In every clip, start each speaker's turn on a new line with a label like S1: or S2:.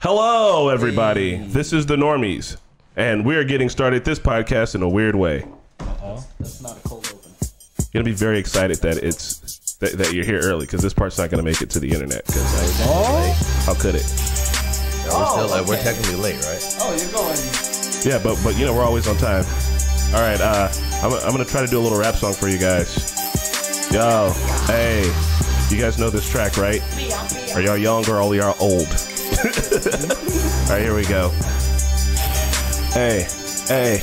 S1: Hello, everybody. This is the Normies, and we are getting started this podcast in a weird way.
S2: That's not a cold open.
S1: Gonna be very excited that it's that, that you're here early because this part's not gonna make it to the internet. 'cause I- how could it?
S3: Yeah, we're, still, like, we're
S2: okay.
S3: technically late, right?
S2: Oh, you're going.
S1: Yeah, but but you know we're always on time. All right, uh, I'm, I'm gonna try to do a little rap song for you guys. Yo, hey, you guys know this track, right? Are y'all young or are y'all old? All right, here we go. Hey, hey.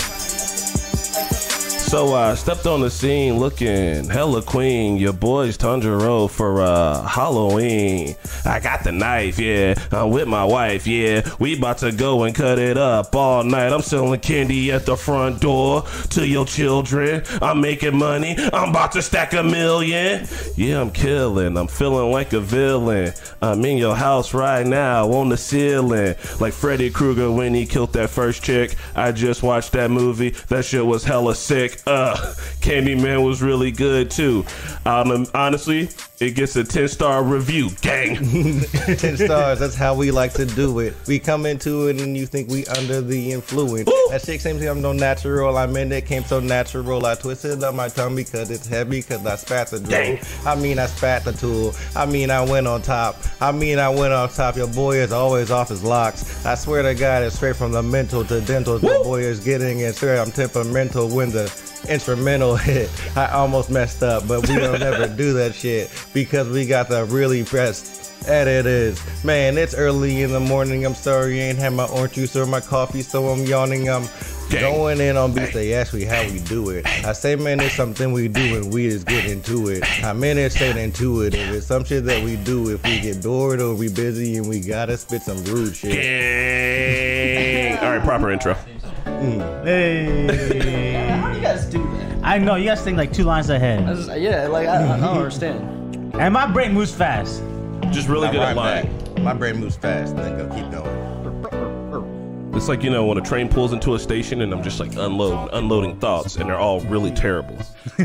S1: So I stepped on the scene looking hella queen. Your boy's Tanjiro for uh, Halloween. I got the knife, yeah. I'm with my wife, yeah. We about to go and cut it up all night. I'm selling candy at the front door to your children. I'm making money. I'm about to stack a million. Yeah, I'm killing. I'm feeling like a villain. I'm in your house right now on the ceiling. Like Freddy Krueger when he killed that first chick. I just watched that movie. That shit was hella sick. Uh, Candyman was really good too. Um, honestly, it gets a 10 star review, gang.
S3: Ten stars. That's how we like to do it. We come into it and you think we under the influence.
S1: Ooh.
S3: That shit seems like I'm no natural. I'm in it, came so natural. I twisted up my tongue because it's heavy. Cause I spat the
S1: Dang.
S3: drool. I mean, I spat the tool. I mean, I went on top. I mean, I went on top. Your boy is always off his locks. I swear to God, it's straight from the mental to dental. The
S1: Woo.
S3: boy is getting it straight. I'm temperamental when the instrumental hit. I almost messed up, but we don't ever do that shit because we got the really best editors. Man, it's early in the morning. I'm sorry, I ain't had my orange juice or my coffee, so I'm yawning. I'm
S1: Gang.
S3: going in on beats. They ask me how we do it. I say, man, it's something we do and we just get into it. I'm in it, staying intuitive. It's some shit that we do if we get bored or we busy and we gotta spit some rude shit.
S1: gang. All right, proper intro.
S4: Hey.
S2: How do you guys do that?
S4: I know you guys think like two lines ahead,
S2: yeah, like I, I don't understand.
S4: and my brain moves fast.
S1: Just really
S3: I
S1: good at
S3: rhyme
S1: lying.
S3: back. My brain moves fast. Nigga, keep going.
S1: It's like, you know, when a train pulls into a station and I'm just like unloading, unloading thoughts, and they're all really terrible.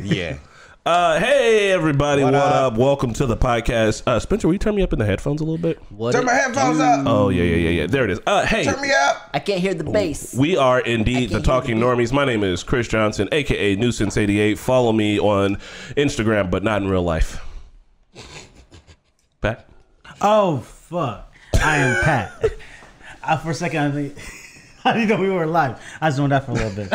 S3: Yeah.
S1: Uh, hey, everybody, what,
S3: What
S1: up?
S3: up?
S1: Welcome to the podcast. Uh, Spencer, will you turn me up in the headphones a little bit?
S2: What?
S3: Turn my headphones up.
S1: Oh, yeah, yeah, yeah, yeah. There it is. Uh, hey,
S3: Turn me up.
S2: I can't hear the bass.
S1: we are indeed the Talking Normies. My name is Chris Johnson, aka Nuisance88. Follow me on Instagram, but not in real life. Pat?
S4: Oh fuck! I am Pat. I, for a second, I think I didn't know we were live. I zoned out for a little bit.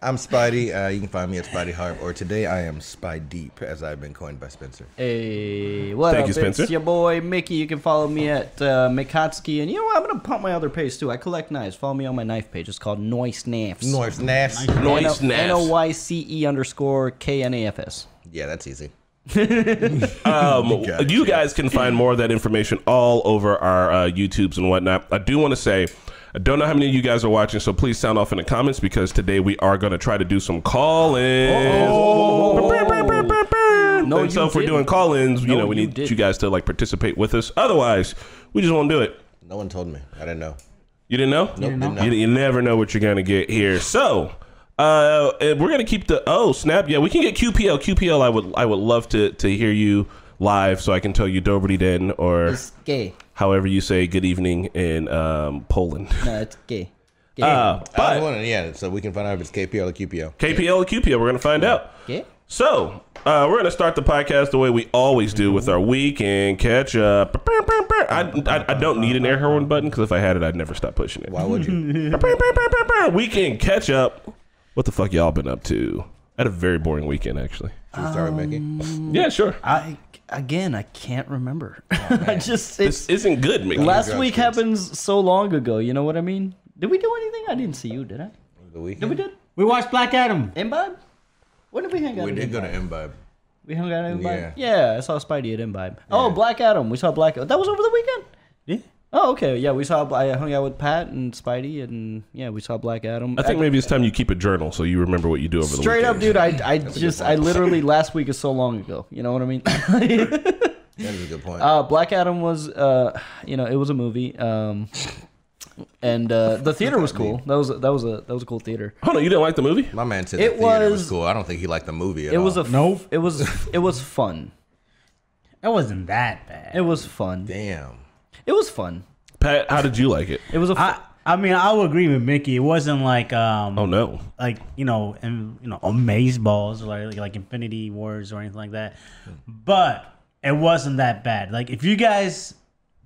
S3: I'm Spidey. Uh, you can find me at Spidey Harp, or today I am Spy Deep, as I've been coined by Spencer.
S2: Hey, what
S1: Thank
S2: up?
S1: you, Spencer.
S2: It's your boy Mickey. You can follow me at uh, Mikotsky, and you know what? I'm gonna pump my other page too. I collect knives. Follow me on my knife page. It's called Noise Nafs.
S3: North Nass.
S1: Noise
S2: N o
S1: Naps.
S2: y c e underscore k n a f s.
S3: Yeah, that's easy.
S1: Um,
S3: got
S1: you guys can find more of that information all over our uh, YouTubes and whatnot. I do want to say, I don't know how many of you guys are watching, so please sound off in the comments because today we are going to try to do some call ins.
S2: No,
S1: and so
S2: you
S1: if we're
S2: didn't.
S1: doing call ins, you
S2: No,
S1: know, we
S2: you
S1: need
S2: didn't.
S1: you guys to like participate with us. Otherwise, we just won't do it.
S3: No one told me. I didn't know.
S1: You didn't know?
S3: Nope, didn't know.
S1: You, you never know what you're going to get here. So. Uh, and we're gonna keep the oh snap yeah we can get QPL QPL I would I would love to to hear you live so I can tell you Dobrý den or
S2: It's gay.
S1: however you say good evening in um, Poland.
S2: No, it's gay. Gay.
S1: Uh,
S3: I was
S1: but
S3: wondering, yeah, so we can find out if it's KPL or QPL.
S1: KPL and QPL, we're going to find out.
S2: gay.
S1: So, uh, we're going to start the podcast the way we always do with our weekend catch up. I, I, I don't need an air horn button because if I had it, I'd never stop pushing it.
S3: Why would you?
S1: Weekend catch up. What the fuck y'all been up to? I had a very boring weekend, actually.
S3: Should we start with Mickey?
S1: Yeah, sure.
S2: I again, I can't remember. I just it's
S1: This isn't good, Mickey.
S2: Oh, last
S3: drugs,
S2: week
S3: kids.
S2: happens so long ago. You know what I mean? Did we do anything? I didn't see you, did I?
S3: The weekend?
S2: We did.
S4: We watched Black Adam.
S2: Imbibe. When did we hang out?
S3: We
S2: at
S3: did go
S2: Imbibe?
S3: to Imbibe.
S2: We hung out at Imbibe. Yeah. I saw Spidey at Imbibe. Oh, Black Adam. We saw Black. That was over the weekend.
S4: Yeah.
S2: Oh, okay. Yeah, we saw. I hung out with Pat and Spidey, and yeah, we saw Black Adam. Uh,
S1: I think maybe it's time you keep a journal so you remember what you do over the
S2: Straight
S1: weekend.
S2: up, dude. I, I just, I literally last week is so long ago. You know what I mean?
S3: That is a good point.
S2: Uh, Black Adam was, uh, you know, it was a movie, um, and uh, the theater was cool. That was that was a that was a cool theater.
S1: Oh, no, you didn't like the movie?
S3: My man said the
S2: it
S3: theater was,
S2: was-
S3: cool. I don't think he liked the movie at
S2: It was a
S3: all.
S2: f-
S4: Nope.
S2: It was it was fun.
S4: That wasn't that bad.
S2: It was fun.
S3: Damn.
S2: It was fun.
S1: Pat, how did you like it?
S2: It was a fu-
S4: I I mean I would agree with Mickey. It wasn't like um
S1: Oh no,
S4: like you know and you know amaze balls or like like Infinity Wars or anything like that. But it wasn't that bad. Like if you guys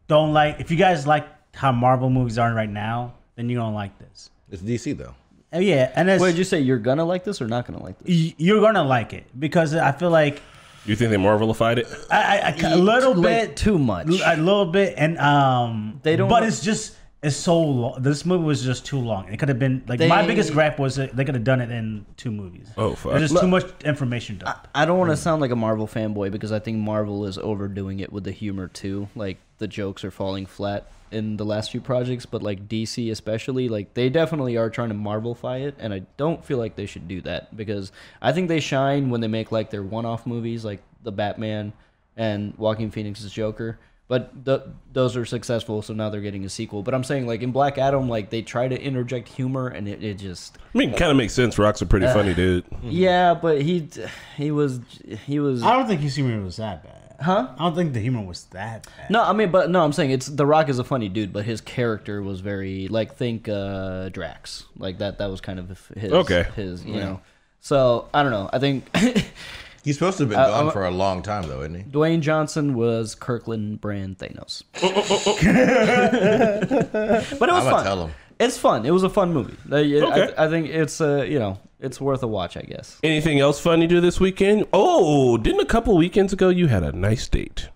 S4: don't like if you guys like how Marvel movies are right now, then you don't like this.
S5: It's DC though.
S4: Uh, Yeah, and it's,
S2: Wait, did you say you're gonna like this or not gonna like this?
S4: y- you're gonna like it because I feel like
S1: you think they Marvelified it?
S4: I, I, I- a little
S2: Like,
S4: bit
S2: too much.
S4: a little bit and um
S2: They don't
S4: but
S2: know-
S4: it's just it's so long this movie was just too long it could have been like my
S2: They-
S4: biggest gripe was that they could have done it in two movies
S1: Oh, fuck.
S4: there's just too much information dump.
S2: I don't want to sound like a Marvel fanboy because I think Marvel is overdoing it with the humor too. Like the jokes are falling flat in the last few projects, but like DC especially, like they definitely are trying to Marvelify it, and I don't feel like they should do that because I think they shine when they make like their one-off movies, like the Batman and Walking Phoenix's Joker. But th- those are successful, so now they're getting a sequel. But I'm saying, like in Black Adam, like they try to interject humor, and it, it just
S1: I mean, kind of makes sense. Rock's a pretty funny dude.
S2: yeah. But he he was he was
S4: I don't think his humor was that bad huh I don't think the humor was that bad
S2: No, I mean, but no, I'm saying it's The Rock is a funny dude, but his character was very like think uh, Drax, like that. That was kind of his.
S1: Okay.
S2: His, you know. So I don't know. I think
S5: He's supposed to have been
S2: Uh,
S5: gone for a long time though, isn't he?
S2: Dwayne Johnson was Kirkland brand Thanos. but it was
S5: I'ma
S2: fun.
S5: tell him.
S2: It's fun. It was a fun movie. Like, it- I,
S1: Okay.
S2: I think it's uh, you know it's worth a watch. I guess.
S1: Anything else fun you do this weekend? Oh, didn't a couple weekends ago you had a nice date?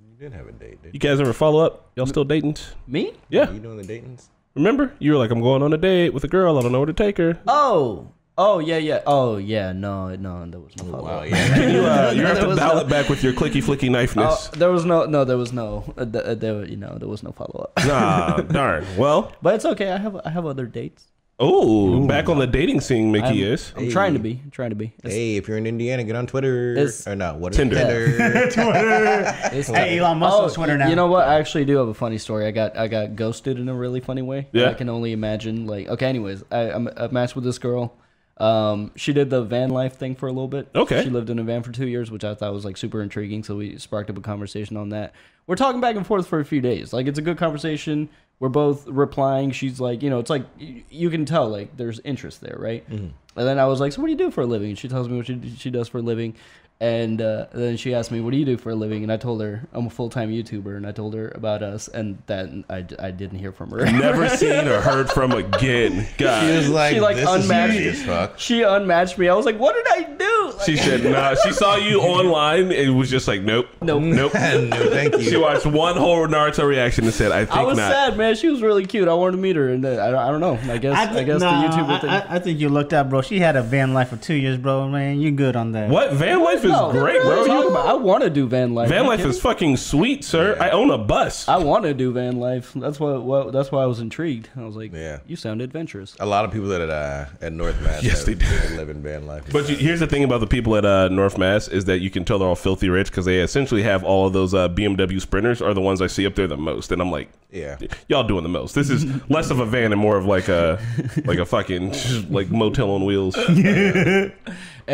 S5: You didn't have a date, did
S1: You guys ever follow up? Y'all still dating?
S2: Me?
S1: Yeah.
S5: You doing the datings?
S1: Remember? You were like, I'm going on a date with a girl. I don't know where to take her.
S2: Oh. Oh yeah yeah. Oh yeah. No no. There was no. follow-up.
S5: Wow, Oh, yeah.
S1: You, uh, you have
S2: There
S1: to
S2: was
S1: dial
S2: no-
S1: it back with your clicky flicky
S2: Oh,
S1: knifeness.
S2: there was no no. There was no. Uh, th- uh, there you know there was no follow up.
S1: Nah, darn. Well,
S2: But it's okay. I have I have other dates.
S1: oh, back on the dating scene, Mickey is.
S2: I'm trying to be. I'm trying to be. It's,
S5: hey, if you're in Indiana, get on Twitter
S2: It's-
S5: or not? What
S1: Tinder.
S5: Tinder.
S2: it's oh,
S4: hey Elon Musk on Twitter now
S2: You know what? I actually do have a funny story. I got I got ghosted in a really funny way.
S1: Yeah.
S2: I can only imagine. Like okay. Anyways, I I'm I matched with this girl. Um, she did the van life thing for a little bit.
S1: Okay.
S2: She lived in a van for two years, which I thought was like super intriguing. So we sparked up a conversation on that. We're talking back and forth for a few days. Like it's a good conversation. We're both replying. She's like, you know, it's like y- you can tell like there's interest there, right? And then I was like, so what do you do for a living? And she tells me what she, she does for a living. And uh, then she asked me, what do you do for a living? And I told her I'm a full time YouTuber. And I told her about us. And then I, I didn't hear from her.
S1: Never seen or heard from again.
S5: She
S1: God.
S5: was like,
S2: She, like,
S5: this is
S2: unmatched.
S5: weird as fuck.
S2: she unmatched me. I was like, what did I do? Like,
S1: She said, nah. She saw you online and was just like, nope.
S2: Nope.
S1: Nope.
S5: no, thank
S1: She
S5: you.
S1: watched one whole Naruto reaction and said, I think
S2: I was
S1: not.
S2: sad, man. She was really cute. I wanted to meet her, and then, I, don't, I don't know. I guess I,
S4: thi-
S2: guess
S4: nah,
S2: the YouTuber thing.
S4: I, I, I think you looked up, bro. She had a van life for two years, bro. Man, you good on that?
S1: What? Van life is
S2: No,
S1: great,
S2: what are
S1: bro.
S2: you talking
S1: You-
S2: about? I want to do van life. Are
S1: Van
S2: you
S1: life
S2: kidding
S1: is fucking sweet, sir. I own a bus.
S2: I want to do van life. That's what, what. That's why I was intrigued. I was like,
S5: Yeah.
S2: you sound adventurous."
S5: A lot of people that uh, at North Mass have-
S1: Yes, they do.
S5: live in van life.
S1: But you, here's the thing about the people at uh, North Mass is that you can tell they're all filthy rich because they essentially have all of those uh, BMW Sprinters are the ones I see up there the most, and I'm like,
S5: Yeah.
S1: y'all doing the most. This is less of a van and more of like a like a fucking like motel on wheels.
S2: Hey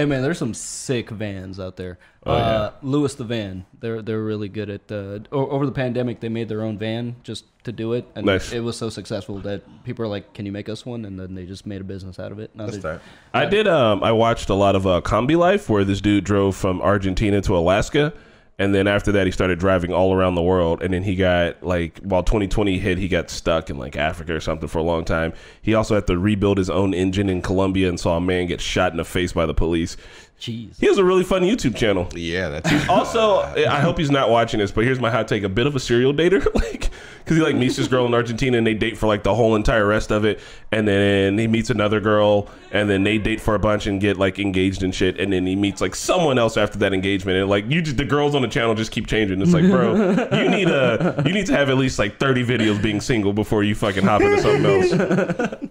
S2: man, there's some sick vans out there.
S1: Oh,
S2: uh, Lewis the van. They're they're really good at. Uh, o- over the pandemic, they made their own van just to do it, and
S1: Nice.
S2: it was so successful that people are like, "Can you make us one?" And then they just made a business out of it. Now
S5: That's
S2: they're-
S5: tight.
S1: I did. Um, I watched a lot of uh, Combi Life, where this dude drove from Argentina to Alaska, and then after that, he started driving all around the world. And then he got like, while 2020 hit, he got stuck in like Africa or something for a long time. He also had to rebuild his own engine in Colombia and saw a man get shot in the face by the police.
S2: Jeez.
S1: He has a really fun YouTube channel.
S5: Yeah, that's
S1: Also, I hope he's not watching this, but here's my hot take: a bit of a serial dater, like because he like meets this girl in Argentina and they date for like the whole entire rest of it, and then he meets another girl, and then they date for a bunch and get like engaged and shit, and then he meets like someone else after that engagement, and like you just the girls on the channel just keep changing. It's like, bro, you need a you need to have at least like thirty videos being single before you fucking hop into something else.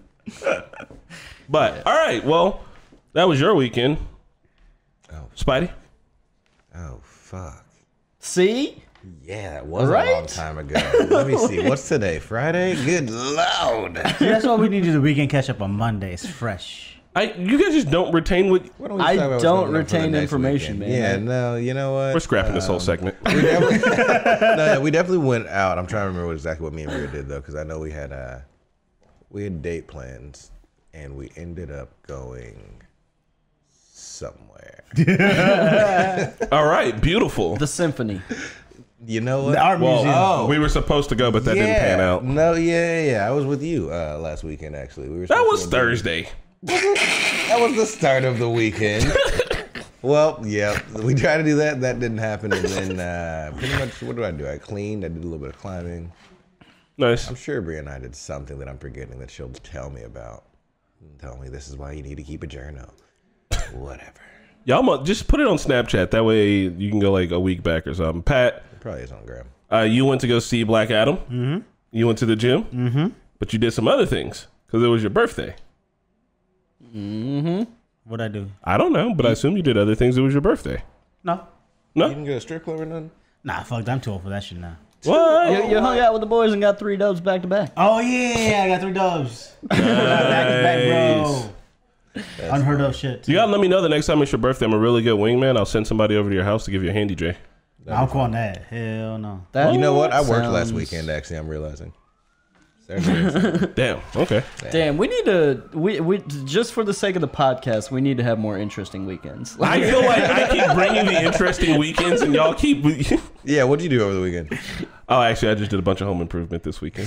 S1: but all right, well, that was your weekend, Spidey.
S5: oh fuck.
S2: See,
S5: Yeah, that was a long
S2: Right?
S5: time ago. Let me see. What's today? Friday? Good lord.
S4: That's why we need to do the weekend catch up on Monday. It's fresh.
S1: I you guys just don't retain what
S3: Why don't we
S2: I
S3: talk about what's
S2: don't
S3: going on for the
S2: retain
S3: next
S2: information, man.
S3: weekend? Yeah, no, you know what? Uh,
S1: we're scrapping this whole segment.
S3: We definitely, no, no, we definitely went out. I'm trying to remember exactly what me and Rhea did though, because I know we had uh, we had date plans, and we ended up going somewhere.
S1: All right, beautiful.
S2: The symphony.
S3: You know what?
S4: art
S1: Well,
S4: museum.
S3: Oh.
S1: we were supposed to go, but that didn't pan out.
S3: No, yeah, yeah, yeah. I was with you uh, last weekend. Actually, we were.
S1: That
S3: supposed
S1: was
S3: to go-
S1: Thursday.
S3: That was the start of the weekend. well, yeah, we tried to do that. That didn't happen. And then uh, pretty much, what did I do? I cleaned. I did a little bit of climbing.
S1: Nice.
S3: I'm sure Brie and I did something that I'm forgetting that she'll tell me about. And Tell me this is why you need to keep a journal. Whatever.
S1: Y'all mu- just put it on Snapchat. That way you can go like a week back or something. Pat,
S3: It probably is on Graham.
S1: uh, you went to go see Black Adam. Mm-hmm. You went to the gym. Mm-hmm. But you did some other things because it was your birthday.
S4: What I do?
S1: I don't know, but I assume you did other things. It was your birthday.
S4: No.
S1: No.
S3: You didn't go to strip club or nothing.
S4: Nah, fuck. I'm too old for that shit now.
S1: What?
S2: You, you hung out with the boys and got three dubs back to back.
S4: Oh yeah, I got three dubs. back to back, bro. Unheard of shit.
S1: You gotta let me know the next time it's your birthday. I'm a really good wingman. I'll send somebody over to your house to give you a handy J.
S4: I'm calling that. Hell no.
S2: That
S3: You know what? I worked
S2: sounds-
S3: last weekend. Actually, I'm realizing. Saturday,
S1: Damn. Okay.
S2: Damn, we need to we we just for the sake of the podcast, we need to have more interesting weekends. Like,
S1: I feel like I keep bringing the interesting weekends, and y'all keep.
S3: yeah, what did you do over the weekend?
S1: oh, actually, I just did a bunch of home improvement this weekend.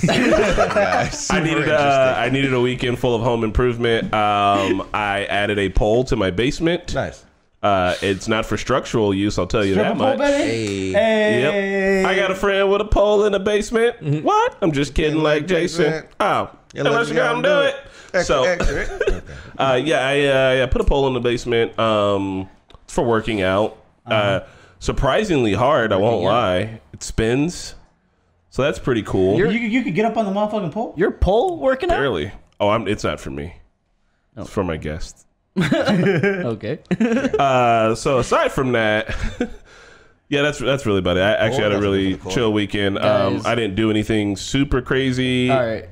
S3: Guys,
S1: I
S3: super
S1: needed uh, I needed a weekend full of home improvement. Um, I added a pole to my basement.
S3: nice.
S1: Uh, it's not for structural use. I'll tell you that much.
S3: Hey,
S1: Yep. I got a friend with a pole in the basement. What? I'm just kidding, like,
S3: like
S1: Jason.
S3: Jason.
S1: Oh, unless
S3: Unless you
S1: you gotta
S3: gotta
S1: do
S3: do
S1: it.
S3: Extra,
S1: So,
S3: extra. Okay.
S1: uh, yeah, I uh, yeah, put a pole in the basement um, for working out. uh surprisingly hard. I won't
S2: Uh-huh. out.
S1: lie. It spins, so that's pretty cool.
S4: You, you could get up on the motherfucking pole.
S2: your pole working out?
S1: Barely. Oh, I'm, it's not for me.
S2: Oh.
S1: It's for my guests.
S2: Okay.
S1: Uh, so aside from that, yeah, that's that's really about it. I
S2: Oh,
S1: actually had a
S3: that's
S1: really
S3: really cool.
S1: chill weekend. Um,
S2: Guys.
S1: I didn't do anything super crazy.
S2: All right.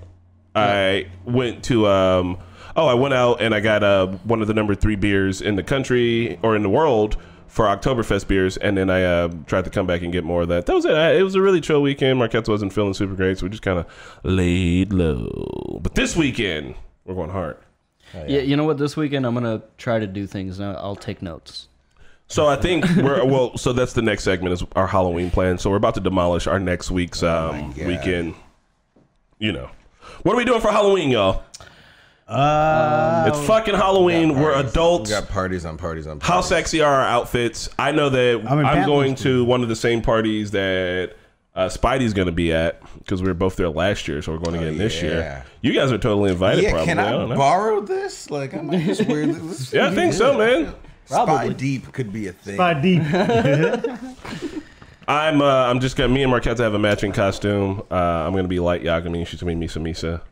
S1: I went to um, oh, I went out and I got uh, one of the number three beers in the country or in the world for Oktoberfest beers, and then I uh, tried to come back and get more of that. That was it. I, it was a really chill weekend. Marquette wasn't feeling super great, so we just kind of laid low. But this weekend we're going hard.
S3: Oh,
S2: Yeah, you know what? This weekend I'm gonna try to do things, and I'll take notes.
S1: So I think we're well. So that's the next segment is our Halloween plan. So we're about to demolish our next week's um,
S3: Oh God.
S1: weekend. You know, what are we doing for Halloween, y'all?
S4: Uh,
S1: it's fucking Halloween.
S3: Got
S1: We're
S3: parties.
S1: adults.
S3: We got parties on parties on parties.
S1: How sexy are our outfits? I know that
S4: I'm
S1: I'm,
S4: in Patmos,
S1: going to one of the same parties that uh, Spidey's going to be at because we were both there last year, so we're going again this
S3: Oh, yeah.
S1: year. You guys are totally invited.
S3: Yeah,
S1: probably.
S3: can
S1: I don't
S3: I
S1: know.
S3: borrow this? Like, I'm not just weird. This-
S1: yeah, I think so, man.
S3: Spy deep could be a thing.
S4: by deep.
S1: I'm uh, I'm just gonna me and Marquette have a matching costume. Uh, I'm gonna be light Yagami. She's gonna be Misa Misa,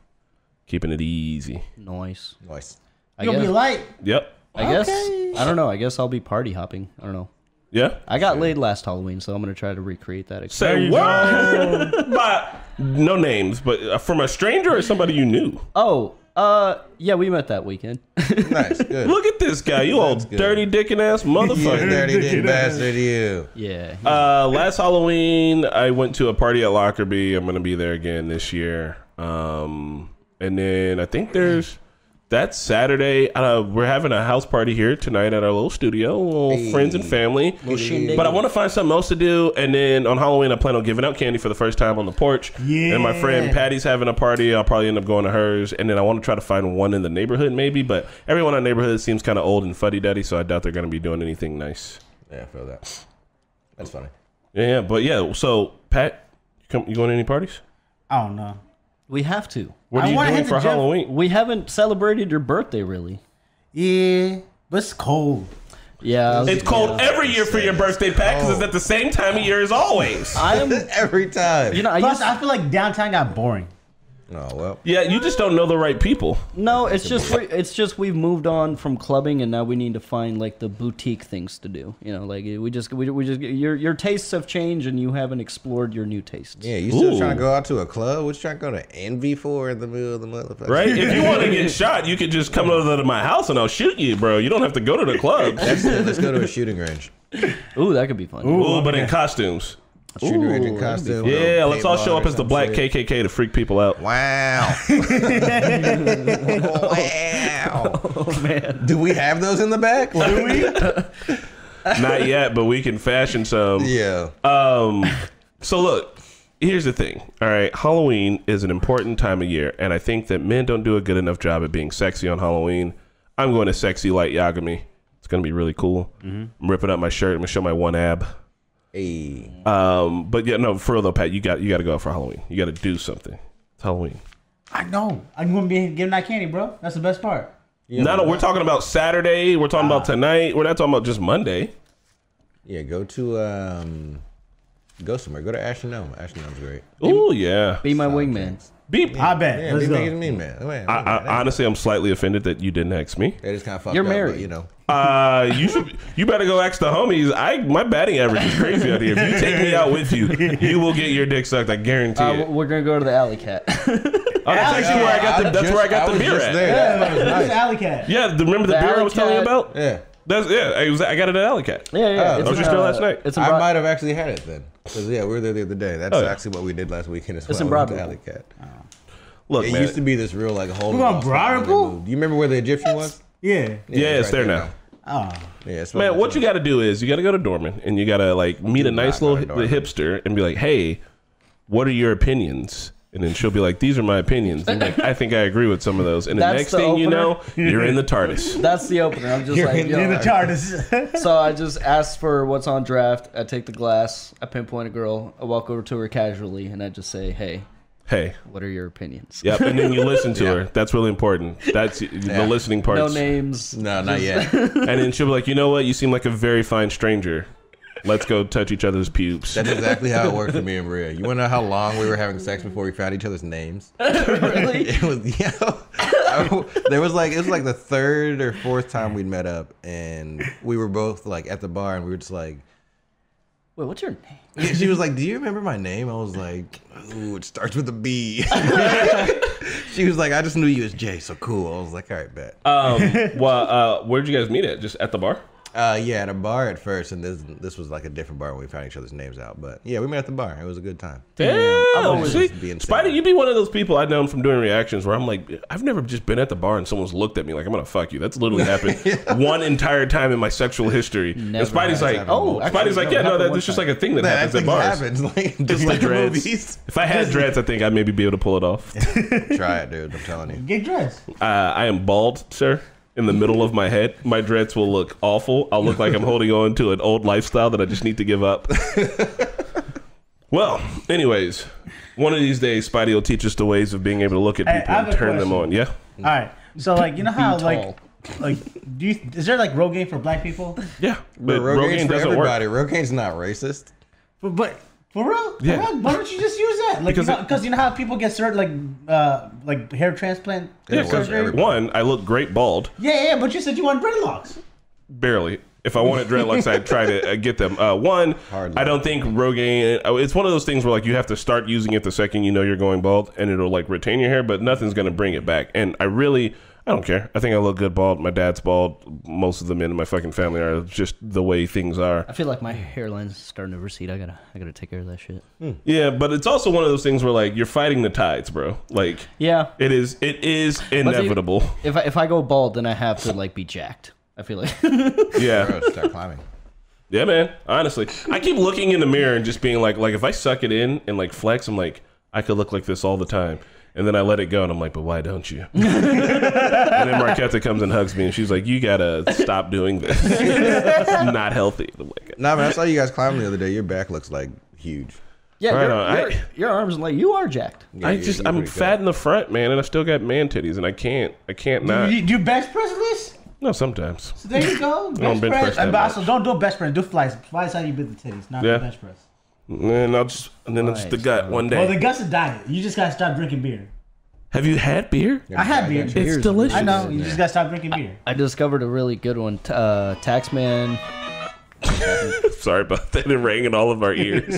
S1: keeping it easy.
S2: Noise.
S3: Nice.
S2: I
S4: You'll
S2: guess.
S4: be light.
S1: Yep.
S2: I guess.
S4: Okay.
S2: I don't know. I guess I'll be party hopping. I don't know.
S1: Yeah.
S2: I got laid last Halloween, so I'm gonna try to recreate that. Experience.
S1: Say what? but no names, but uh, from a stranger or somebody you knew.
S2: Oh, uh, yeah, we met that weekend.
S3: Nice. Good.
S1: Look at this guy, you old
S3: good.
S1: dirty dickin' ass
S3: you
S1: motherfucker.
S3: dirty dick bastard, you.
S2: yeah.
S1: Uh, last Halloween, I went to a party at Lockerbie. I'm gonna be there again this year. Um, and then I think there's that Saturday. Uh, we're having a house party here tonight at our little studio, little friends and family.
S2: shindig.
S1: But I want to find something else to do. And then on Halloween, I plan on giving out candy for the first time on the porch.
S4: Yeah.
S1: And my friend Patty's having a party. I'll probably end up going to hers. And then I want to try to find one in the neighborhood, maybe. But everyone in the neighborhood seems kind of old and fuddy duddy, so I doubt they're gonna be doing anything nice.
S3: Yeah, I feel that. That's funny.
S1: Yeah, yeah, but yeah. So Pat, you come you going to any parties?
S4: I don't know.
S2: we have to.
S1: What are
S4: I
S1: you
S4: wanna
S1: doing
S4: hit the
S1: for
S4: gym.
S1: Halloween?
S2: We haven't celebrated your birthday, really.
S4: Yeah, but it's cold.
S2: Yeah. I was-
S1: It's cold every year for your birthday, Pat, because it's at the same time of year as always.
S2: I am.
S3: Every time.
S2: You know, I
S4: Plus,
S2: used,
S4: I feel like downtown got boring.
S3: Oh well.
S1: Yeah, you just don't know the right people.
S2: No, it's just we, it's just we've moved on from clubbing and now we need to find like the boutique things to do. You know, like we just we, we just your your tastes have changed and you haven't explored your new tastes.
S3: Yeah, you still
S1: Ooh.
S3: trying to go out to a club? What you trying to go to Envy for in the middle of the motherfucker?
S1: Right? If you want to get shot, you could just come over to my house and I'll shoot you, bro. You don't have to go to the club.
S3: That's it. Let's go to a shooting range.
S2: Ooh, that could be fun.
S1: Ooh, but in costumes.
S3: A shooting range in
S2: Ooh, that'd be
S3: costume. with a
S1: Yeah, let's all
S3: paintball
S1: show
S3: or
S1: up as the
S3: some
S1: black
S3: shit.
S1: KKK to freak people out.
S3: Wow. Oh, wow.
S2: Oh man,
S3: Do we have those in the back? Do we?
S1: Not yet, but we can fashion some.
S3: Yeah.
S1: Um, so look, here's the thing. All right, Halloween is an important time of year, and I think that men don't do a good enough job at being sexy on Halloween. I'm going to sexy light Yagami. It's gonna be really cool. I'm ripping up my shirt. I'm gonna show my one ab.
S3: Hey.
S1: Um, but yeah, no, for real though, Pat, you got you got to go out for Halloween. You got to do something. It's Halloween.
S4: I know. I'm gonna be giving that candy, bro. That's the best part.
S1: no, no, we're talking about Saturday. We're talking about tonight. We're not talking about just Monday.
S3: Yeah, go to um go somewhere. Go to Ashton Dome. Ashton Dome's great.
S1: Ooh, yeah.
S2: be my wingman.
S1: Beep.
S4: I bet.
S3: Yeah,
S4: Let's
S3: be
S4: go.
S3: making me man. Oh, man.
S1: I, I, honestly, I'm slightly offended that you didn't ask me.
S3: that is kind of fucked
S2: You're
S3: up, but,
S2: married.
S3: you know.
S1: Uh, you should. You better go ask the homies. I my batting average is crazy out here. If you take me out with you, you will get your dick sucked. I guarantee
S2: Uh,
S1: it.
S2: we're gonna go to the alley cat.
S1: Oh, that's actually where I got the. That's
S3: just-
S1: where I got the
S3: was
S1: beer
S3: just
S1: at.
S3: There.
S4: Yeah,
S3: That was
S4: that's
S3: nice.
S4: alley cat.
S1: Yeah, the, remember the,
S2: The
S1: beer I
S2: Alley
S1: was telling you
S2: Cat.
S1: about?
S3: Yeah.
S1: That's yeah. I was. I got it at Alley Cat.
S2: Yeah, yeah. yeah.
S3: Oh.
S1: I was just there last night.
S2: It's in
S3: I
S2: Broad-
S3: might have actually had it then. Because, yeah, we were there the other day. That's
S1: Oh, yeah.
S3: actually what we did last weekend as well.
S2: It's in
S3: We went to
S2: Broadmoor.
S3: Alley Cat.
S1: Look,
S3: It
S1: man.
S3: used to be this real, like, whole.
S4: We're on Broadmoor?
S3: Do you remember where the Egyptian was?
S4: Yeah.
S1: yeah, it's
S3: right
S1: there now.
S4: Oh.
S3: Yeah, it's
S1: Man, what you got to do is you got to go to Dorman and you got to like meet a nice
S3: go
S1: little
S3: to
S1: hi- the hipster and be like, "Hey, what are your opinions?" And then she'll be like, "These are my opinions." And like, I think I agree with some of those. And the
S2: That's
S1: next
S2: the
S1: thing you
S2: opener?
S1: know, you're in the TARDIS.
S2: That's the opener. I'm just like,
S3: in
S2: yo,
S4: You're the
S2: I-
S4: TARDIS.
S2: so I just asked for what's on draft. I take the glass. I pinpoint a girl. I walk over to her casually and I just say, "Hey,
S1: Hey,
S2: what are your opinions?"
S1: yep. And then you listen to her. That's really important. That's the listening part.
S2: No names.
S3: No, not yet.
S1: And then she'll be like, "You know what? You seem like a very fine stranger. Let's go touch each other's pubes."
S3: That's exactly how it worked for me and Maria. You want to know how long we were having sex before we found each other's names?
S2: really?
S3: It was yeah. I- there was like it was like the third or fourth time we'd met up, and we were both like at the bar, and we were just like.
S2: Wait, what's your name?
S3: Yeah, She was like, "Do you remember my name?" I was like, "Ooh, it starts with a B." she was like, "I just knew you as Jay, so cool." I was like, "All right, bet."
S1: Um, well, uh, where'd you guys meet at? Just at the bar?
S3: Uh, yeah, at a bar at first, and this this was like a different bar when we found each other's names out. But yeah, we met at the bar. It was a good time.
S1: Damn,
S3: always
S1: see,
S3: just being
S1: Spider,
S3: sad.
S1: you be one of those people I've known from doing reactions where I'm like, I've never just been at the bar and someone's looked at me like I'm gonna fuck you. That's literally happened one entire time in my sexual history.
S2: Never
S1: and Spidey's
S2: has
S1: like,
S3: happened.
S1: oh,
S2: Oh,
S1: Spidey's
S2: actually,
S1: like,
S2: no,
S1: yeah,
S2: it
S1: no,
S2: happened
S1: that,
S2: one
S1: that's just like a thing that
S3: That
S1: happens at
S3: thing
S1: bars.
S3: happens, like
S1: Just
S3: just
S1: like
S3: like
S1: dreads.
S3: movies.
S1: If I had dreads, I think I'd maybe be able to pull it off.
S3: Try it, dude. I'm telling you.
S4: Get dressed.
S1: Uh, I am bald, sir. In the middle of my head, my dreads will look awful. I'll look like I'm holding on to an old lifestyle that I just need to give up. well, anyways, one of these days, Spidey will teach us the ways of being able to look at
S4: Hey, I
S1: people
S4: have
S1: and
S4: a
S1: turn them
S4: question.
S1: on. Yeah.
S4: All right. So like you know how
S2: Be
S4: like
S2: tall.
S4: like do you is there like Rogaine for black people?
S1: Yeah, but
S3: But Rogaine's
S1: Rogaine
S3: for
S1: doesn't work.
S3: everybody. Rogaine's not racist.
S4: But, but for real, for
S1: Yeah.
S4: real, why don't you just use that? Like
S1: Because
S4: because you, know,
S1: it-
S4: 'cause you know how people get certain like uh like hair transplant.
S1: Yeah,
S3: It
S1: because
S3: works for everybody.
S1: one, I look great bald,
S4: Yeah, yeah, but you said you want dreadlocks.
S1: barely. If I wanted dreadlocks, I'd try to uh, get them. Uh, one,
S3: Hardly.
S1: I don't think Rogaine. uh, It's one of those things where like you have to start using it the second you know you're going bald, and it'll like retain your hair, but nothing's gonna bring it back. And I really, I don't care. I think I look good bald. My dad's bald. Most of the men in my fucking family are It's just the way things are.
S2: I feel like my hairline's starting to recede. I gotta, I gotta take care of that shit.
S1: Yeah, but it's also one of those things where like you're fighting the tides, bro. Like
S2: Yeah.
S1: it is, it is
S2: But see,
S1: inevitable.
S2: If I, if I go bald, then I have to like be jacked. I feel like
S1: yeah.
S3: Bro, start climbing.
S1: Yeah, man. Honestly, I keep looking in the mirror and just being like, like if I suck it in and like flex, I'm like, I could look like this all the time. And then I let it go, and I'm like, but why don't you? and then Marquetta comes and hugs me, and she's like, you gotta stop doing this. it's not healthy. I'm like,
S3: Nah, man, I saw you guys climbing the other day. Your back looks like huge.
S2: yeah,
S1: Right
S2: your,
S1: on. I-
S2: your, your arms like you are jacked.
S3: Yeah,
S1: I
S3: you-
S1: just,
S3: you
S1: I'm
S3: pretty good.
S1: fat in the front, man, and I still got man titties, and I can't, I can't
S4: Do
S1: not.
S4: you, do you bench press this?
S1: No, sometimes.
S4: So there you go.
S1: don't
S4: Bench
S1: bench press
S4: press.
S1: that
S4: And but also
S1: much.
S4: don't do bench press. Do flies. Flies how you build the titties, not
S1: Yeah.
S4: the bench press.
S1: And I'll just, and then it's the
S2: Nice,
S1: gut one
S4: Well,
S1: day.
S4: the guts of diet. You just gotta stop drinking beer.
S1: Have you had beer?
S4: I had beer.
S1: It's delicious.
S4: I know. You just gotta stop drinking beer.
S2: I discovered a really good one. T- uh, Taxman,
S1: Sorry about that. It rang in all of our ears.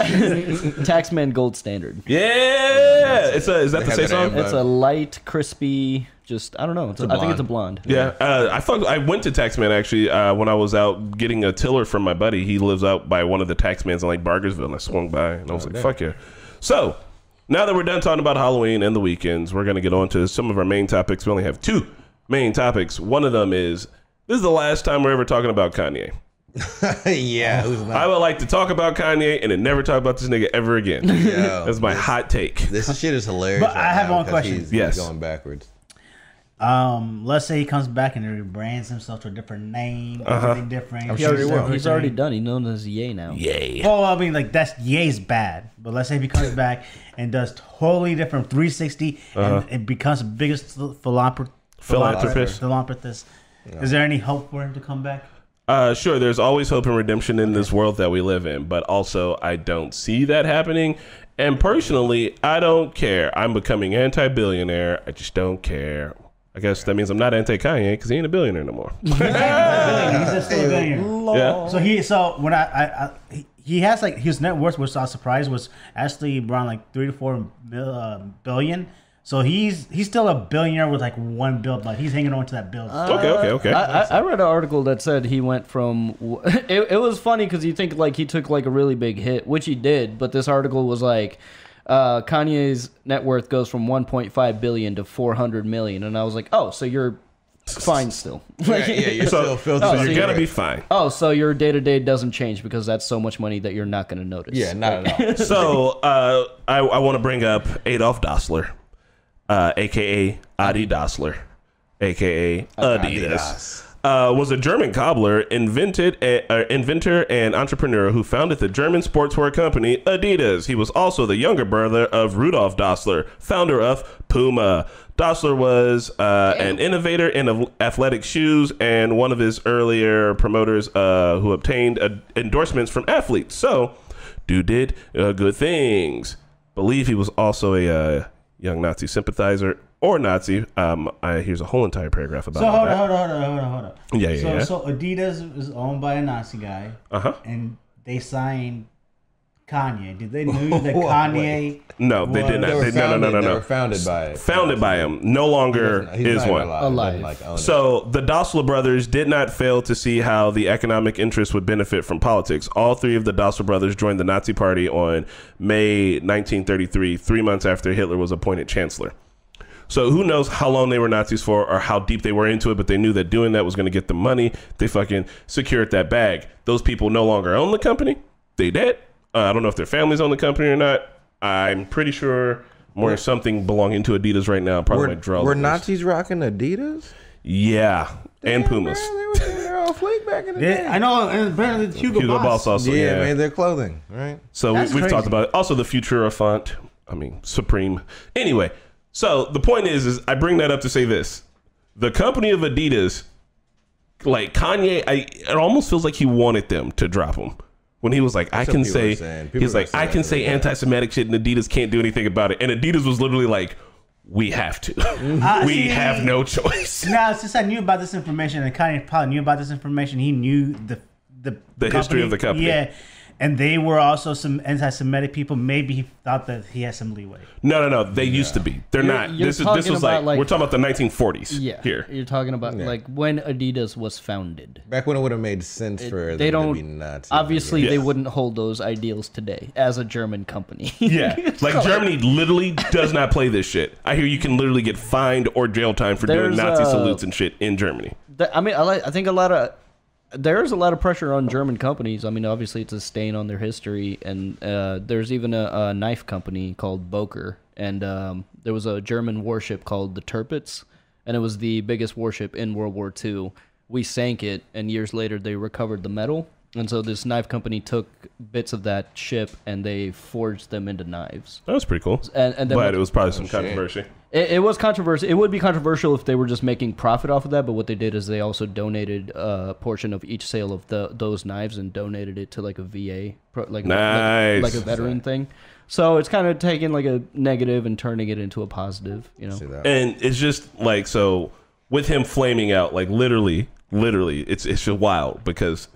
S2: Taxman Gold Standard.
S1: yeah, it's a. Is that
S3: They
S1: the
S3: had
S1: same
S3: that
S1: song?
S3: ad.
S2: It's a light, crispy. Just I don't know. It's a, I think it's a blonde.
S1: Yeah, uh, I fuck, I went to Taxman actually uh, when I was out getting a tiller from my buddy. He lives out by one of the Taxmans in like Bargersville, and I swung by and I was like, "Fuck yeah!" So now that we're done talking about Halloween and the weekends, we're gonna get on to some of our main topics. We only have two main topics. One of them is this is the last time we're ever talking about Kanye.
S3: yeah, who's not?
S1: I would like to talk about Kanye and then never talk about this nigga ever again.
S3: Yo,
S1: That's my hot take.
S3: this shit is hilarious.
S4: But I
S3: right
S4: have
S3: now
S4: one
S3: 'cause
S4: question.
S3: He's,
S1: Yes.
S3: he's going backwards.
S4: Um, let's say he comes back and he rebrands himself to a different name,
S1: Uh-huh.
S4: everything different.
S3: sure he
S2: he's,
S3: will.
S2: he's already done. He's known as Ye now.
S1: Yay.
S4: Well, I mean, like that's Ye's bad, but let's say if he comes back and does totally different 360 and it becomes the biggest philanthrop-
S1: Uh-huh. Philanthropist.
S4: Philanthropist. Is there any hope for him to come back?
S1: Uh, sure, there's always hope and redemption in this world that we live in, but also I don't see that happening. And personally, I don't care. I'm becoming anti billionaire. I just don't care. I guess that means I'm not anti Kanye because he ain't a billionaire no more.
S4: He's just still a billionaire.
S1: yeah.
S4: So he, so when I, I, I he- he has like his net worth, which I was surprised was actually around like three to four mil, uh, billion. So he's he's still a billionaire with like one bill, but he's hanging on to that bill.
S1: Okay, okay, okay.
S2: I, I, I read an article that said he went from. It, it was funny because you think like he took like a really big hit, which he did, but this article was like uh, Kanye's net worth goes from 1.5 billion to 400 million, and I was like, oh, so you're fine still.
S3: Yeah, yeah, you're
S1: so,
S3: still filthy.
S1: so you're
S3: cigarette.
S1: gonna be fine.
S2: Oh, so your day to day doesn't change because that's so much money that you're not going to notice.
S3: Yeah, not at all.
S1: So uh, I, I want to bring up Adolf Dassler, uh, aka Adi Dassler, aka Adidas. Uh, was a German cobbler, invented a, uh, inventor and entrepreneur who founded the German sportswear company Adidas. He was also the younger brother of Rudolf Dassler, founder of Puma. Dassler was uh, an innovator in av- athletic shoes and one of his earlier promoters uh, who obtained uh, endorsements from athletes. So, dude did uh, good things. Believe he was also a uh, young Nazi sympathizer or Nazi. Um, I, here's a whole entire paragraph about
S4: So hold
S1: that.
S4: on, hold on, hold on, hold on, hold on.
S1: Yeah, yeah,
S4: so,
S1: yeah.
S4: So Adidas is owned by a Nazi guy,
S1: Uh-huh.
S4: and they signed Kanye. Did they know that Kanye?
S1: No, they did not.
S4: Well,
S3: They
S1: They
S3: were founded,
S1: no, no, no,
S3: they
S1: no,
S3: were
S1: no.
S3: founded by it.
S1: Founded by him, no longer
S3: He's
S1: is
S3: not even
S1: one.
S3: Alive. He doesn't,
S2: Alive.
S3: Like, own it.
S1: So the Dossler brothers did not fail to see how the economic interest would benefit from politics. All three of the Dossler brothers joined the Nazi Party on May 1933, three months after Hitler was appointed chancellor. So who knows how long they were Nazis for or how deep they were into it, but they knew that doing that was going to get them money. They fucking secured that bag. Those people no longer own the company. They dead. Uh, I don't know if their families own the company or not. I'm pretty sure more something belonging to Adidas right now. Probably might draw.
S3: Were, were
S1: the list.
S3: Nazis rocking Adidas?
S1: Yeah, and Pumas.
S3: Man, they were they're all flake back in the
S4: They,
S3: day.
S4: I know, and apparently Hugo,
S1: Hugo Boss also.
S3: yeah,
S1: Yeah,
S3: man, their clothing, right?
S1: So we,
S4: That's
S1: we've talked
S4: crazy.
S1: about it. also the Futura font. I mean, Supreme. Anyway, so the point is, is I bring that up to say this: the company of Adidas, like Kanye, I it almost feels like he wanted them to drop him. When he was like, I
S3: what
S1: can
S3: people
S1: say,
S3: are saying. People
S1: he's
S3: are
S1: like, I
S3: saying
S1: can
S3: that
S1: say
S3: they're bad.
S1: anti-Semitic shit, and Adidas can't do anything about it. And Adidas was literally like, we have to,
S4: I
S1: we
S4: see.
S1: have no choice.
S4: Now, since I knew about this information, and Kanye probably knew about this information, he knew the the
S1: The history of the company.
S4: Yeah, and they were also some anti-Semitic people. Maybe he thought that he had some leeway.
S1: No, no, no. They used to be. They're not.
S2: you're
S1: this is this
S2: talking
S1: was like,
S2: about, like-
S1: we're talking about the 1940s.
S2: Yeah.
S1: Here.
S2: You're talking about like when Adidas was founded.
S3: Back when it would have made sense for them
S2: They
S3: to be
S2: don't
S3: Nazis.
S2: obviously
S1: Yeah.
S2: they wouldn't hold those ideals today as a German company.
S1: Yeah, like Germany literally does not play this shit. I hear you can literally get fined or jail time for doing
S2: There's,
S1: Nazi
S2: uh,
S1: salutes and shit in Germany.
S2: Th- I mean, I, like, I think a lot of there's a lot of pressure on German companies. I mean, obviously it's a stain on their history, and uh, there's even a, a knife company called Boker, and um, there was a German warship called the Tirpitz, and it was the biggest warship in World War II. We sank it, and years later they recovered the metal. And so this knife company took bits of that ship and they forged them into knives.
S1: That was pretty cool.
S2: And, and then
S1: but
S2: what-
S1: it was probably some controversy.
S2: it, it was controversial. It would be controversial if they were just making profit off of that. But what they did is they also donated a portion of each sale of the, those knives and donated it to like a VA, pro- like, like-
S1: Nice.
S2: like, a veteran thing. So it's kind of taking like a negative and turning it into a positive. You know,
S3: See that?
S1: and it's just like so with him flaming out like literally literally it's it's just wild because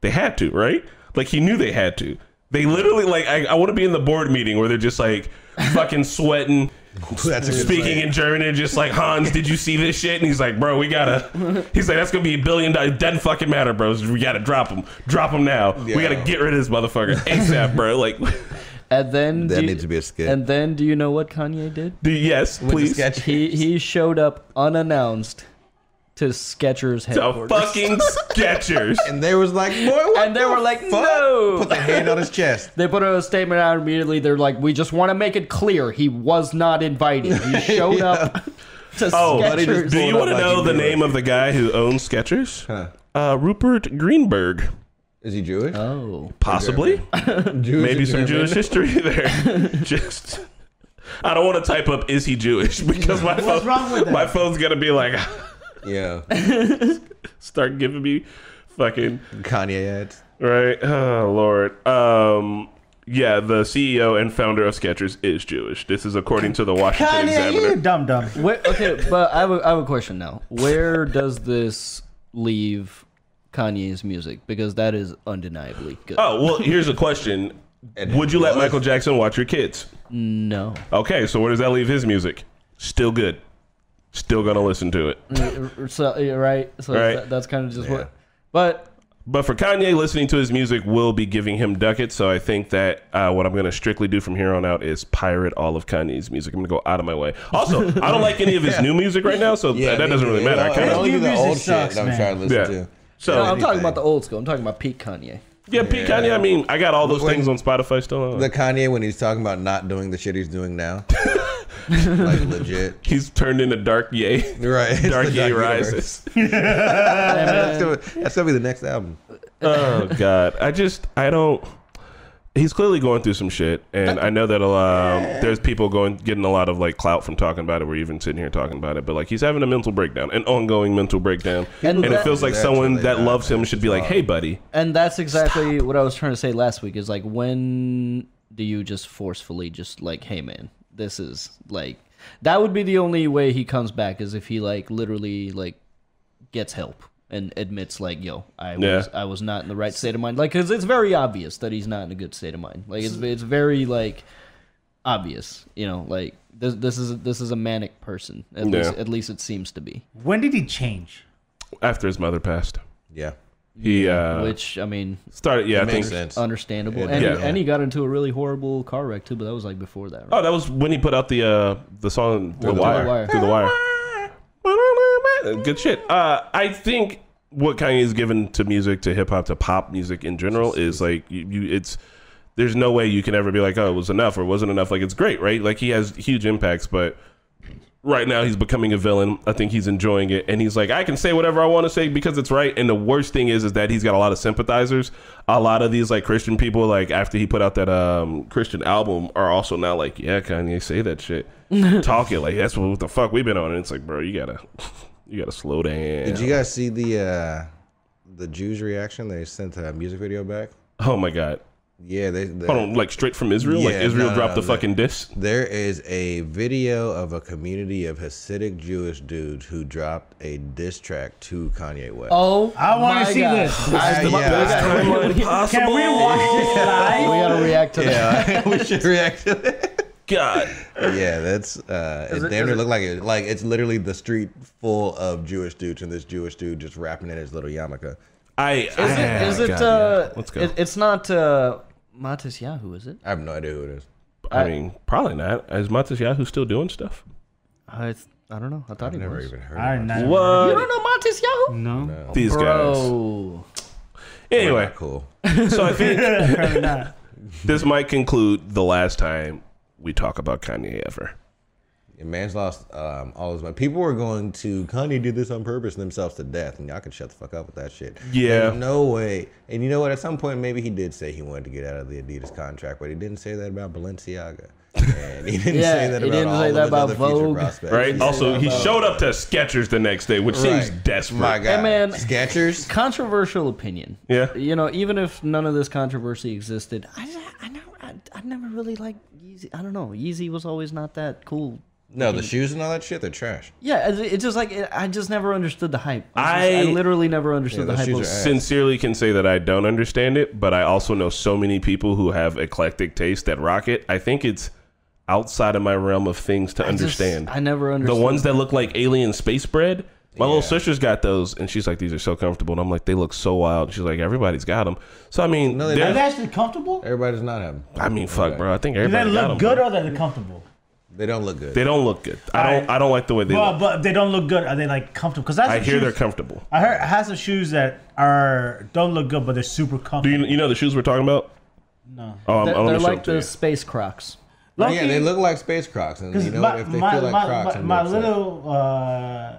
S1: they had to right like he knew they had to they literally like i, I want to be in the board meeting where they're just like fucking sweating
S3: That's a good
S1: speaking
S3: point.
S1: in german and just like hans did you see this shit and he's like bro we gotta he's like that's gonna be a billion dollars doesn't fucking matter bro we gotta drop him drop him now we
S3: Yeah.
S1: gotta get rid of this motherfucker asap bro like
S2: and then
S3: That
S2: do you-
S3: needs to be a skit.
S2: And then do you know what Kanye did?
S1: do- yes
S3: With the
S1: please
S3: sketch-
S2: He he showed up unannounced to Skechers
S1: the
S2: headquarters.
S1: fucking sketchers
S3: and they was like, boy, what
S2: And they
S3: the
S2: were like,
S3: fuck?
S2: "No."
S3: Put the hand on his chest.
S2: They put a statement out immediately. They're like, "We just want to make it clear he was not invited. He showed up to
S1: Oh,
S3: but he just
S2: Skechers."
S1: Do
S3: Pull it
S1: you
S3: up
S1: want to
S3: like
S1: know
S3: you
S1: the
S3: do it.
S1: name of the guy who owns Skechers?
S3: Huh.
S1: Uh, Rupert Greenberg,
S3: Is he Jewish?
S2: oh,
S1: possibly.
S3: Jewish
S1: Maybe
S3: or
S1: some
S3: German?
S1: Jewish history there. Just, I don't want to type up "Is he Jewish" because my phone,
S4: wrong with that?
S1: my phone's gonna be like,
S3: Yeah.
S1: start giving me fucking
S3: Kanye ads.
S1: right. Oh Lord. Um. Yeah, the CEO and founder of Skechers is Jewish. This is according to the Washington
S4: Kanye, you
S1: Examiner.
S4: dumb dumb.
S2: Where, okay, but I have, a, I have a question now. Where does this leave Kanye's music? Because that is undeniably good.
S1: Oh well, here's a question: Would you let Michael Jackson watch your kids?
S2: No,
S1: Okay, so where does that leave his music? Still good. Still gonna listen to it.
S2: so yeah, right, so
S1: Right.
S2: that- that's kind of just
S3: Yeah.
S2: what. But
S1: But for Kanye, listening to his music will be giving him ducats. So I think that uh, what I'm gonna strictly do from here on out is pirate all of Kanye's music. I'm gonna go out of my way. Also, I don't like any of his new music right now, so that
S3: me
S1: doesn't really
S3: too.
S1: matter. I
S3: It'll-
S1: kind
S3: it'll
S1: of
S3: be
S4: New
S3: the
S4: music
S3: old shit
S4: sucks,
S3: that I'm
S4: man.
S3: trying to listen
S1: yeah.
S3: to.
S2: no,
S1: So
S2: I'm talking
S3: anything.
S2: about the old school. I'm talking about peak Kanye.
S1: yeah, Pete Kanye. I mean, I got all those
S3: When-
S1: things on Spotify still. On.
S3: The Kanye when he's talking about not doing the shit he's doing now. like legit.
S1: He's turned into Dark Ye.
S3: Right. It's
S1: Dark
S3: the
S1: Ye
S3: universe.
S1: rises.
S3: That's gonna, that's gonna be the next album.
S1: oh god i just i don't he's clearly going through some shit and i know that a lot um, there's people going getting a lot of like clout from talking about it we're even sitting here talking about it but like he's having a mental breakdown an ongoing mental breakdown
S2: And
S1: and,
S2: that-
S1: it feels like
S3: That's
S1: someone
S3: really
S1: that
S3: bad,
S1: loves
S3: man.
S1: him should be like hey buddy
S2: And that's exactly what I was trying to say last week. Is like, when do you just forcefully just like, hey man, this is like, that would be the only way he comes back is if he like literally like gets help and admits like, yo, I was
S1: Yeah.
S2: I was not in the right state of mind. Like, cause it's very obvious that he's not in a good state of mind. Like, it's it's very like obvious, you know, like. This, this is this is a manic person. At
S1: Yeah.
S2: least at least it seems to be.
S4: When did he change?
S1: after his mother passed
S3: Yeah.
S1: he uh
S2: Which I mean,
S1: started yeah i think
S3: Makes sense.
S2: understandable.
S3: Yeah,
S2: and,
S1: yeah.
S2: and he got into a really horrible car wreck too, but that was like before that. Right?
S1: oh that was when he put out the uh the song through the,
S3: the
S1: wire,
S2: Wire.
S1: through the wire good shit uh i think what kanye's given to music to hip-hop to pop music in general is like you, you it's there's no way you can ever be like, oh, it was enough or it wasn't enough. Like it's great, right? Like he has huge impacts, but right now he's becoming a villain. I think he's enjoying it, and he's like, I can say whatever I want to say because it's right. And the worst thing is, is that he's got a lot of sympathizers. A lot of these like Christian people, like after he put out that um Christian album, are also now like, yeah, Kanye, say that shit, talk it like that's what the fuck we've been on. And it's like, bro, you gotta, you gotta slow down.
S3: Did you guys see the uh the Jews reaction? They sent a music video back.
S1: oh my god.
S3: Yeah, they, they
S1: Hold on, like straight from Israel? like
S3: Yeah,
S1: Israel
S3: no,
S1: dropped
S3: no,
S1: the
S3: no.
S1: fucking disc?
S3: There is a video of a community of Hasidic Jewish dudes who dropped a diss track to Kanye West.
S2: Oh,
S4: I wanna
S2: my
S4: see
S2: God.
S4: this.
S2: I-
S3: Uh, yeah.
S1: Timeline
S4: Can we
S1: possible.
S4: watch this live?
S2: we gotta react to that.
S3: Yeah, we should react to it.
S1: God.
S3: Yeah, that's uh, it, damn near look like it. Like it's literally the street full of Jewish dudes, and this Jewish dude just rapping in his little yarmulke.
S1: I
S2: Is
S1: ah,
S2: it? Is it
S1: God,
S2: uh,
S1: yeah. Let's go.
S2: It, it's not uh, Matis Yahoo, is it?
S3: I have no idea who it is.
S1: I mean, probably not. As much as Yahoo's still doing stuff.
S2: I Uh, I don't know. I thought he
S3: Never
S2: was.
S3: even heard.
S4: I
S3: Of
S4: don't
S3: it.
S4: know.
S2: You
S1: What
S2: don't know Matis Yahoo?
S4: No.
S1: these guys?
S2: Bro,
S1: Anyway,
S3: Not cool.
S1: so I think
S4: Apparently not.
S1: this might conclude the last time we talk about Kanye ever.
S3: Yeah, man's lost um, all his money. People were going to Kanye did this on purpose themselves to death, and y'all can shut the fuck up with that shit.
S1: Yeah.
S3: There's no way. And you know what? At some point, maybe he did say he wanted to get out of the Adidas contract, but he didn't say that about Balenciaga, and he didn't
S2: Yeah,
S3: say that
S2: he
S3: about
S2: didn't
S3: all
S2: say
S3: of
S2: that
S3: his
S2: about
S3: other future
S2: Vogue.
S3: prospects.
S1: Right?
S3: He
S1: Also,
S3: said
S1: he
S3: about-
S1: showed up to Skechers the next day, which seems
S3: Right.
S1: desperate.
S3: My God,
S2: man.
S3: Skechers.
S2: controversial opinion.
S1: Yeah.
S2: You know, even if none of this controversy existed, I, I know I, I never really liked Yeezy. I don't know. Yeezy was always not that cool.
S3: No, the shoes and all that shit, they're trash.
S2: Yeah, it's, it's just like it, I just never understood the hype. It's just-
S1: I-
S2: I literally never understood the
S3: those
S2: hype.
S3: shoes
S2: of-
S3: are ass.
S1: Sincerely, can say that I don't understand it, but I also know so many people who have eclectic taste that rock it. I think it's outside of my realm of things to
S2: just-
S1: understand.
S2: I never
S1: the
S2: understood.
S1: ones that look like alien space bread. My
S3: Yeah.
S1: little sister's got those, and she's like, "These are so comfortable." And I'm like, "They look so wild." She's like, "Everybody's got them." So I mean,
S3: No, they
S1: they're-
S4: Are they actually comfortable?
S3: Everybody's not having.
S1: I mean, fuck, bro. I think
S4: Do they
S1: everybody got
S4: look
S1: 'em,
S4: good
S1: bro.
S4: or are they comfortable?
S3: They don't look good.
S1: They don't look good. I don't.
S4: Alright.
S1: I don't like the way they
S4: But,
S1: look.
S4: but if they don't look good. Are they like comfortable? Because
S1: I hear they're comfortable.
S4: I heard I have some shoes that are don't look good, but they're super
S1: Do
S4: comfortable.
S1: you, you know the shoes we're talking about?
S4: No.
S1: Oh, I'm,
S2: They're,
S1: I'm gonna
S2: they're
S1: show
S2: like
S1: them to
S2: the
S1: you.
S2: space Crocs.
S3: Oh, yeah, they look like space crocs, and you know
S4: my,
S3: what? if they
S4: my,
S3: feel like
S4: my,
S3: crocs,
S4: my,
S3: I'm
S4: my
S3: upset.
S4: little uh,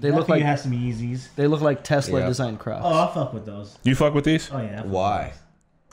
S2: They look
S4: nephew
S2: like-
S4: has some Yeezys.
S2: They look like Tesla
S3: Yeah.
S2: designed Crocs.
S4: Oh, I fuck with those.
S1: You fuck with these?
S4: Oh yeah. I fuck
S3: Why?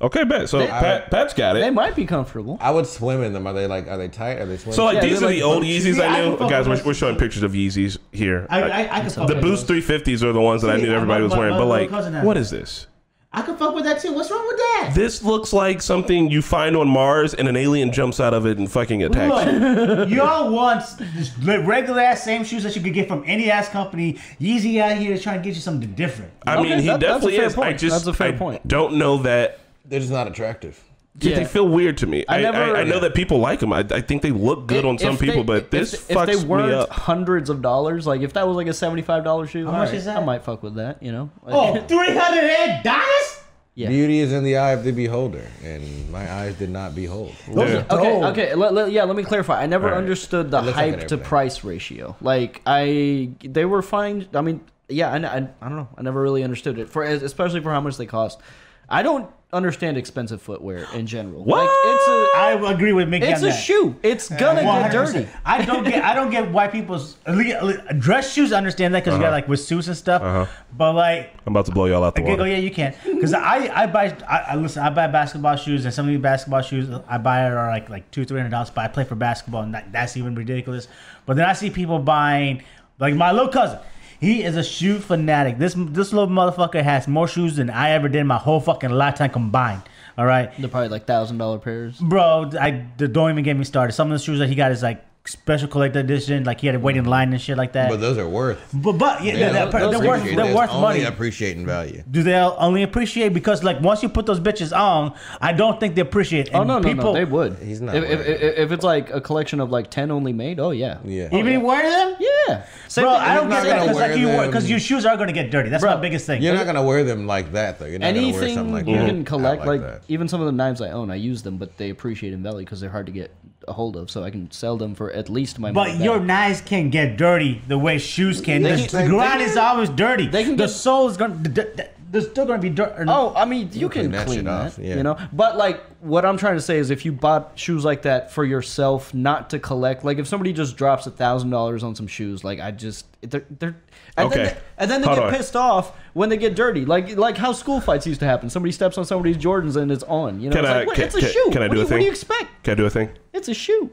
S1: Okay, bet. So Pat, Pat's got
S2: Oh. They
S1: it.
S2: might be comfortable.
S3: I would swim in them. Are they like? Are they tight? Are they swimming?
S1: So like
S2: Yeah,
S1: these are
S2: they're
S1: the
S2: like
S1: old
S4: boots.
S1: Yeezys
S4: Yeah, I
S1: I knew.
S4: can fuck
S1: Guys,
S4: with
S1: we're,
S4: those.
S1: we're showing pictures of Yeezys here.
S4: I I, I can fuck
S1: the
S4: with
S1: Boost
S4: those.
S1: 350s are the ones that I
S4: See,
S1: knew
S4: my-
S1: everybody was
S4: my-
S1: wearing.
S4: my
S1: But
S4: little
S1: like,
S4: cousin has
S1: what
S4: them.
S1: is this?
S4: I can fuck with that too. What's wrong with that?
S1: This looks like something you find on Mars and an alien jumps out of it and fucking attacks. you.
S4: Look, y'all want just li- regular ass same shoes that you could get from any ass company. Yeezy out here is trying to get you something different.
S1: I mean, he
S2: that- that's a
S1: definitely
S2: fair
S1: is. I
S2: point.
S1: just
S2: That's a fair
S1: I
S2: point.
S1: don't know that.
S3: They're just not attractive.
S1: Yeah. They feel weird to me. I,
S2: I
S1: I,
S2: never-
S1: I, know that people like them. I, I think they look good on
S2: If
S1: some
S2: they-
S1: people, but
S2: if-
S1: this
S2: if,
S1: fucks
S2: they weren't
S1: me up.
S2: hundreds of dollars, like if that was like a seventy-five dollar shoe,
S4: much
S2: alright,
S4: is that?
S2: I might fuck with that. You know. Like,
S4: Oh, three hundred eight dollars.
S2: Yeah.
S3: Beauty is in the eye of the beholder, and my eyes did not behold.
S1: Yeah.
S2: Okay,
S4: No.
S2: okay, let, let- yeah, let me clarify. I never
S1: Alright.
S2: understood the
S3: looks like
S2: hype
S3: an
S2: to
S3: airplane.
S2: price ratio. Like I, they were fine. I mean, yeah, I, I, I don't know. I never really understood it for especially for how much they cost. I don't understand expensive footwear in general. Like it's a
S4: I agree with Mickey
S2: it's
S4: on
S2: a
S4: that.
S2: shoe. It's gonna get
S4: 100%.
S2: dirty.
S4: I don't get. I don't get why people's at least- at least- dress shoes. I understand that because
S3: Uh-huh.
S4: you got like with suits and stuff. But like,
S1: I'm about to blow y'all out the
S4: okay, oh
S1: water.
S4: yeah, you can't. Because I I buy. I, I listen. I buy basketball shoes, and some of these basketball shoes I buy are like like two three hundred dollars. But I play for basketball, and that, that's even ridiculous. But then I see people buying like my little cousin. He is a shoe fanatic. This this little motherfucker has more shoes than I ever did in my whole fucking lifetime combined. All right.
S2: They're probably like thousand dollar pairs.
S4: Bro, I don't even get me started. Some of the shoes that he got is like special collector edition. Like he had to wait in line and shit like that.
S3: But
S4: But
S3: those are worth.
S4: but, yeah,
S3: They
S4: they're,
S3: don't
S4: they're
S2: those
S4: worth
S3: appreciate.
S4: they're
S3: There's
S4: worth
S3: only
S4: money.
S3: Appreciating value.
S4: Do they only appreciate because like once you put those bitches on, I don't think they appreciate.
S2: Oh
S4: And
S2: no, no, no,
S4: people,
S2: they would.
S3: He's not
S2: If, if,
S3: wearing
S2: if, if it's like a collection of like ten only made, oh yeah,
S3: Yeah.
S4: Even wearing them,
S2: yeah. Same
S4: bro.
S2: thing-
S4: I don't
S3: not
S4: get that
S3: gonna
S4: because like
S3: wear
S4: you
S3: them.
S4: because your shoes are gonna get dirty. That's
S2: Bro,
S4: my biggest thing.
S3: You're not gonna wear them like that though. You're not gonna wear
S2: anything
S3: something like
S2: you
S3: that.
S2: can
S3: out
S2: collect, like,
S3: that.
S2: even some of the knives I own, I use them, but they appreciate in value because they're hard to get a hold of. So I can sell them for at least my. money
S4: But
S2: back.
S4: your knives can get dirty the way shoes can.
S2: They
S4: The
S2: can-
S4: ground
S2: they
S4: is always dirty.
S2: they can
S4: the
S2: get-
S4: soul is gonna. th- th- th- There's still gonna be dirt.
S1: Mm.
S4: or-
S2: Oh, I mean, you,
S3: clean
S2: can
S3: that
S2: clean
S3: shit
S2: that,
S3: off, yeah.
S2: you know. But like, what I'm trying to say is, if you bought shoes like that for yourself, not to collect, like if somebody just drops a thousand dollars on some shoes, like I just they're they're and
S1: Okay.
S2: then they, and then they
S1: Hold
S2: get
S1: on.
S2: pissed off when they get dirty, like like how school fights used to happen. Somebody steps on somebody's Jordans and it's on, you know.
S1: Can
S2: it's
S1: I-
S2: like, wait,
S1: can-
S2: it's a
S1: can-
S2: shoe.
S1: can I
S2: what
S1: do
S2: you,
S1: a
S2: What do
S1: thing?
S2: you expect?
S1: Can I do a thing?
S2: It's a shoe.